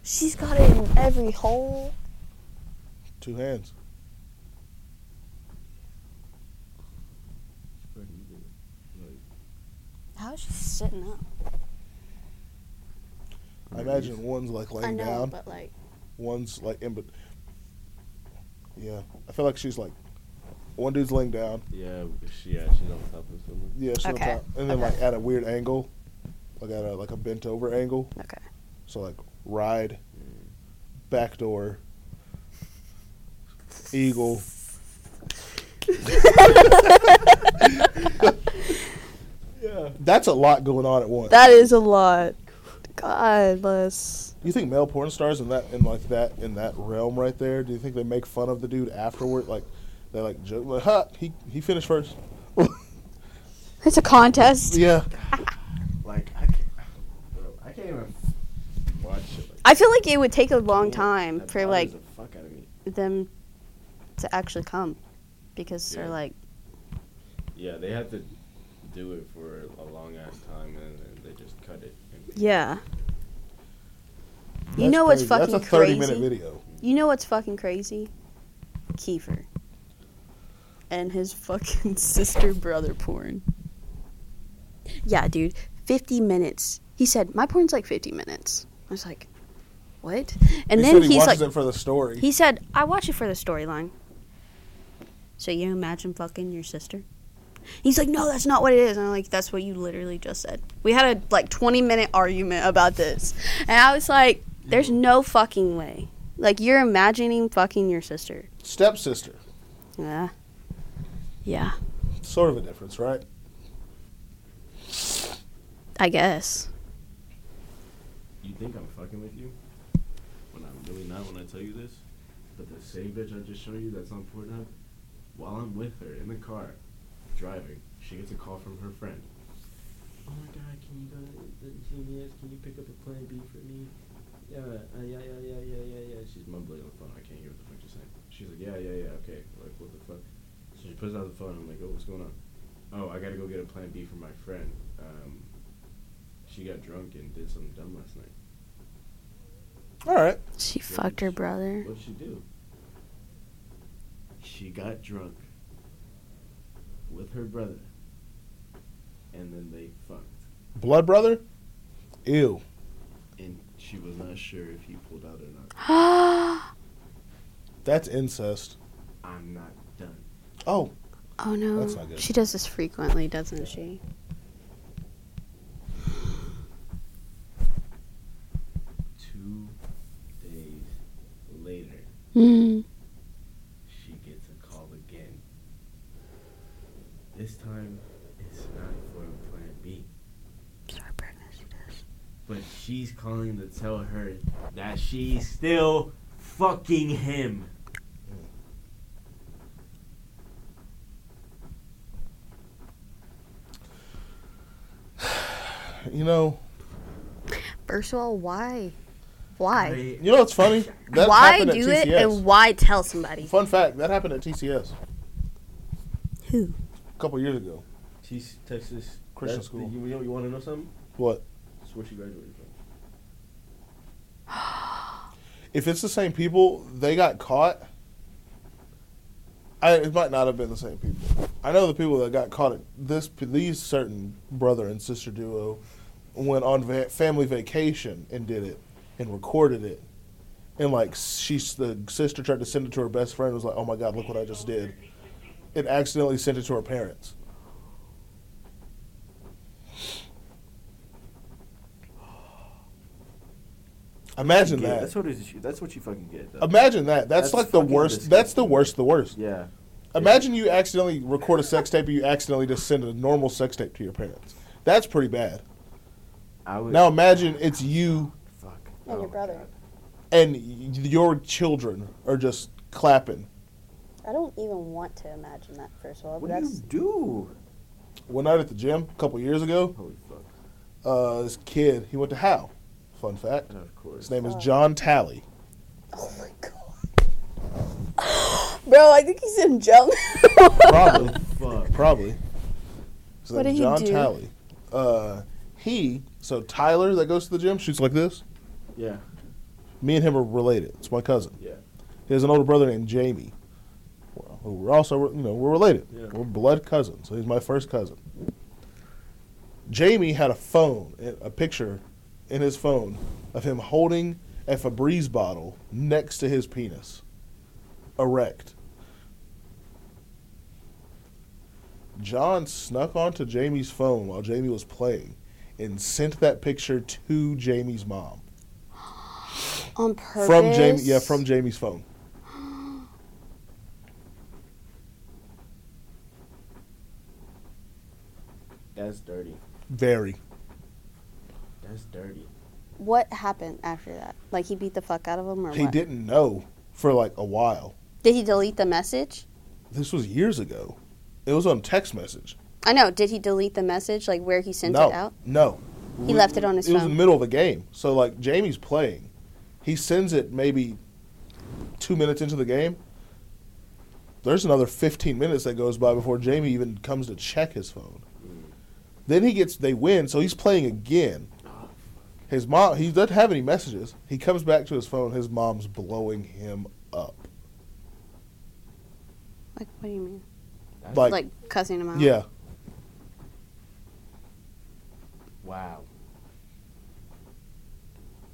She's got it in every hole.
Two hands.
How's she sitting up?
I imagine one's like laying down.
but like
One's like in, but yeah, I feel like she's like one dude's laying down.
Yeah, she yeah, she's on top of someone.
Yeah, she's
Okay.
on top, and then
Okay.
like at a weird angle, like at a like a bent over angle.
Okay.
So like ride, backdoor, eagle. yeah, that's a lot going on at once.
That is a lot. God bless.
you think male porn stars in that in like that in that realm right there? Do you think they make fun of the dude afterward? Like they like joke like, "Ha, he he finished first.
It's a contest.
yeah,
Like I can't, bro, I can't even watch it. Like,
I feel like it would take a long
that.
time
That
for
bothers
like
the fuck out of me.
them to actually come because they're
Yeah.
like
Yeah, they have to do it for a long ass time, and, and they just cut it. And
yeah. you
That's
know what's
crazy.
fucking
That's a thirty
crazy?
minute video.
You know what's fucking crazy? Kiefer. And his fucking sister brother porn. Yeah, dude. 50 minutes. He said, My porn's like 50 minutes. I was like, What? And
he
then
said he
he's
watches
like,
it for the story.
He said, I watch it for the storyline. So you imagine fucking your sister? He's like, No, that's not what it is. And I'm like, That's what you literally just said. We had a like 20 minute argument about this. And I was like, There's
Mm.
no fucking way. Like, you're imagining fucking your sister.
Stepsister,
Yeah. Yeah.
sort of a difference, right?
I guess.
you think I'm fucking with you? When I'm really not. When I tell you this, but the same bitch I just showed you that's on Pornhub, while I'm with her in the car, driving, she gets a call from her friend.
Oh my god, can you go to the CVS? Can you pick up a plan B for me? Yeah, uh, yeah, yeah, yeah, yeah, yeah, yeah.
She's mumbling on the phone. I can't hear what the fuck she's saying. She's like, yeah, yeah, yeah, okay. Like, what the fuck? So she puts out the phone. I'm like, oh, what's going on? Oh, I gotta go get a plan B for my friend. Um, she got drunk and did something dumb last night.
All right.
She fucked her brother.
What'd she do? She got drunk with her brother, and then they fucked.
Blood brother? Ew.
And she was not sure if he pulled out or not.
oh
That's incest.
I'm not done.
Oh,
no.
That's not good.
She does this frequently, doesn't she?
Two days later,
Mm-hmm.
Mm.
she gets a call again. This time, it's not for a plan B.
Sorry, pregnancy test.
But she's calling to tell her that she's still fucking him.
you know,
First of all, why? Why?
I-
you know what's funny? That
why
happened at
do it
TCS.
and why tell somebody?
Fun fact: that happened at TCS
Who?
a couple years ago.
She's Texas
Christian
that's the-
school.
you you, want to know something?
What?
It's where she graduated from.
If it's the same people, they got caught. I, it might not have been the same people. I know the people that got caught at this these certain brother and sister duo went on va- family vacation and did it and recorded it. And like she, the sister tried to send it to her best friend. Was like, "Oh my god, look what I just did!" And accidentally sent it to her parents. Imagine
Yeah,
that.
That's what it is. That's what you fucking get. Though.
Imagine that. That's,
That's
like the
fucking
worst.
disgusting.
That's the worst. The worst.
yeah.
Imagine you accidentally record a sex tape. and You accidentally just send a normal sex tape to your parents. That's pretty bad.
I would.
Now imagine it's you
Fuck. Oh,
And your brother.
and y- your children are just clapping.
I don't even want to imagine that. First of all,
What do you do?
One night at the gym a couple years ago,
Holy fuck.
uh, this kid he went to Howe. Fun fact.
And of course.
His name is John Talley.
oh my god, bro! I think he's in junk.
Probably.
Oh, fuck.
Probably. His
What
name is
did he
John
do?
Talley. Uh, he so Tyler that goes to the gym shoots like this.
Yeah.
Me and him are related. It's my cousin.
Yeah.
He has an older brother named Jamie. Well, who We're also, you know, we're related.
Yeah.
We're blood cousins. So he's my first cousin. Jamie had a phone, a picture in his phone of him holding a Febreze bottle next to his penis, erect. John snuck onto Jamie's phone while Jamie was playing and sent that picture to Jamie's mom.
On purpose.
From Jamie, yeah, from Jamie's phone.
That's dirty.
Very.
That's dirty.
What happened after that? Like he beat the fuck out of him, or
He
what?
didn't know for like a while.
Did he delete the message?
This was years ago. It was on text message.
I know. Did he delete the message, like where he sent
no,
it out?
no.
He left it on his
It was in the
phone.
middle of the game, so like Jamie's playing. He sends it maybe two minutes into the game. There's another 15 minutes that goes by before Jamie even comes to check his phone. Then he gets they win, so he's playing again. His mom he doesn't have any messages. He comes back to his phone. His mom's blowing him up.
Like, what do you mean?
Like,
Like, cussing him out?
yeah,
Wow.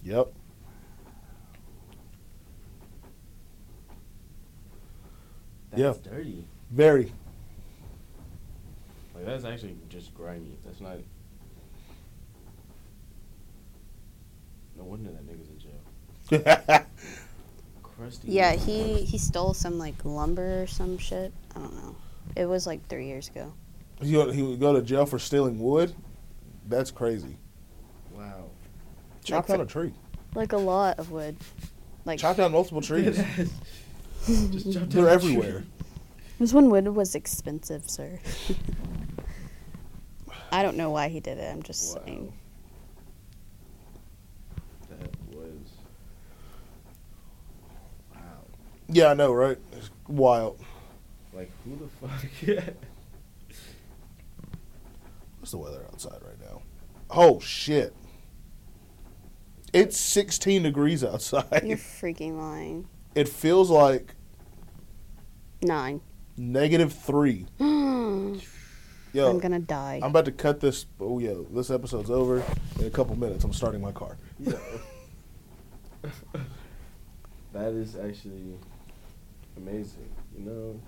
yep.
That's
Yeah.
dirty.
Very
Like that's actually just grimy. That's not. No wonder that nigga's in jail. Crusty.
Yeah, he he stole some like lumber or some shit. I don't know. It was like three years ago.
he, would- he would go to jail for stealing wood. That's crazy.
Wow.
Chop down a tree.
Like a lot of wood. Like
Chop down multiple trees.
Just jump
They're everywhere.
this one wood was expensive, sir. I don't know why he did it. I'm just
Wow.
saying.
That was. Wow.
Yeah, I know, right? It's wild.
Like who the fuck?
What's the weather outside right now? Oh shit! It's 16 degrees
You're
outside.
freaking lying.
It feels like
Nine.
negative three.
I'm
Yo, I'm,
gonna die.
about to cut this. Oh yeah, this episode's over in a couple minutes. I'm starting my car.
Yo. that is actually amazing. You know,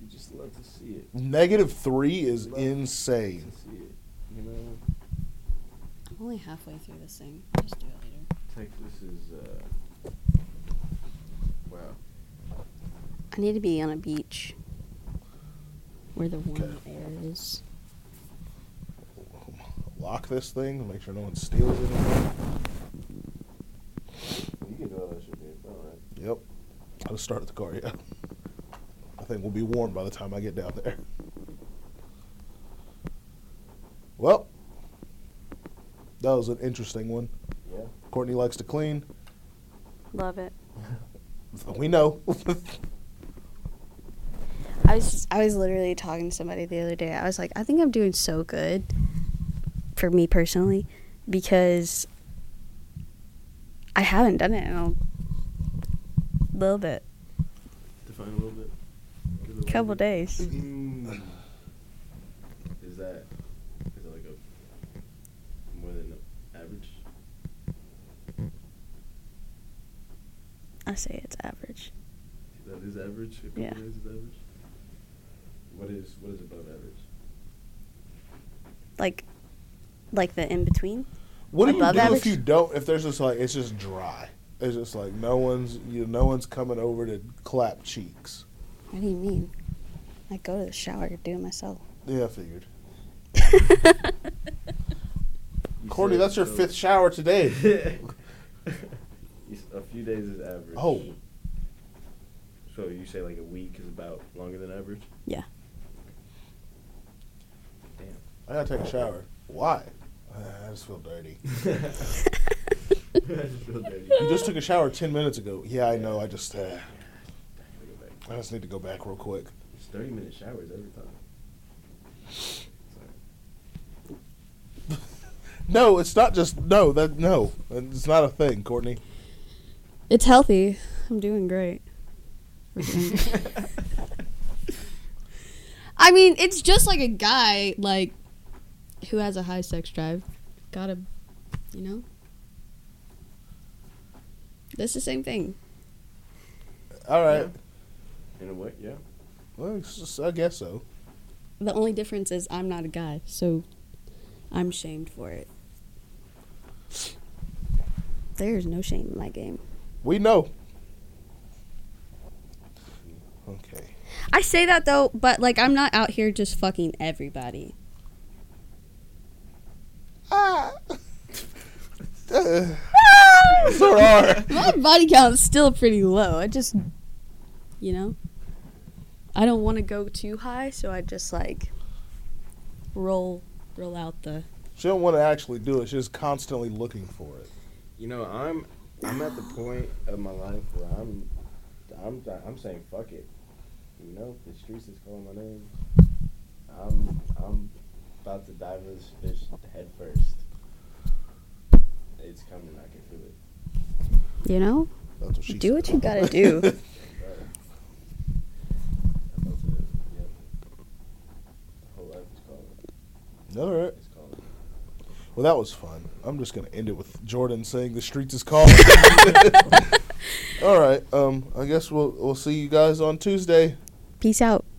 you just love to see it.
Negative three is
Love To
insane.
see it. You know,
I'm only halfway through this thing. Just do it later.
Texas is. Uh, wow.
I need to be on a beach where the warm
Okay.
air is.
Lock this thing. Make sure no one steals anything.
You can do all that shit, babe. All right.
Yep. I'll start the car. Yeah. I think we'll be warm by the time I get down there. Well, that was an interesting one.
Yeah.
Courtney likes to clean.
Love it.
We know.
I was just, I was literally talking to somebody the other day. I was like, I think I'm doing so good for me personally because I haven't done it in a little bit,
Define a little bit. Give it a little
Mm-hmm.
couple
bit.
days.
Mm.
Is that is that like a more than average?
I say it's average.
That is average. A couple
Yeah.
days is average. What is what is above average?
Like, like the in between.
what do you
Above
do if
average?
you don't? If there's just like it's just dry. It's just like no one's you know, no one's coming over to clap cheeks.
What do you mean? I go to the shower to do it myself.
Yeah, I figured.
You
Courtney,
said
that's your
so-
fifth shower today.
You s- a few days is average.
Oh.
So you say like a week is about longer than average?
I gotta take a shower. Why? Uh, I just feel dirty.
I just feel dirty. I
You just took a shower 10 minutes ago. Yeah, I know. I just uh,
gotta go back.
I just need to go back real quick.
It's thirty minute showers every time. Sorry.
No, it's not just no, that no. It's not a thing, Courtney.
It's healthy. I'm doing great. I mean, it's just like a guy like who has a high sex drive. Gotta, you know.
That's the same thing.
All right.
In a way, yeah.
Well, it's just- I guess so.
The only difference is I'm not a guy, so I'm shamed for it. There's no shame in my game.
We know. Okay.
I say that though, but like I'm not out here just fucking everybody.
Ah. Sir R.
My body count's still pretty low. I just, you know, I don't want to go too high, so I just like roll roll out the.
She don't want to actually do it. She's constantly looking for it.
You know, I'm I'm at the point of my life where I'm I'm I'm saying fuck it. You know, the streets is calling my name. I'm I'm about to dive into this fish head first. It's coming, I can feel it.
You know,
That's what she
do what
said.
you gotta do.
I felt it. Yep. The whole life is calling.
All right.
It's calling.
Well, that was fun. I'm just gonna end it with Jordan saying the streets is calling. All right. Um. I guess we'll we'll see you guys on Tuesday.
Peace out.
uh,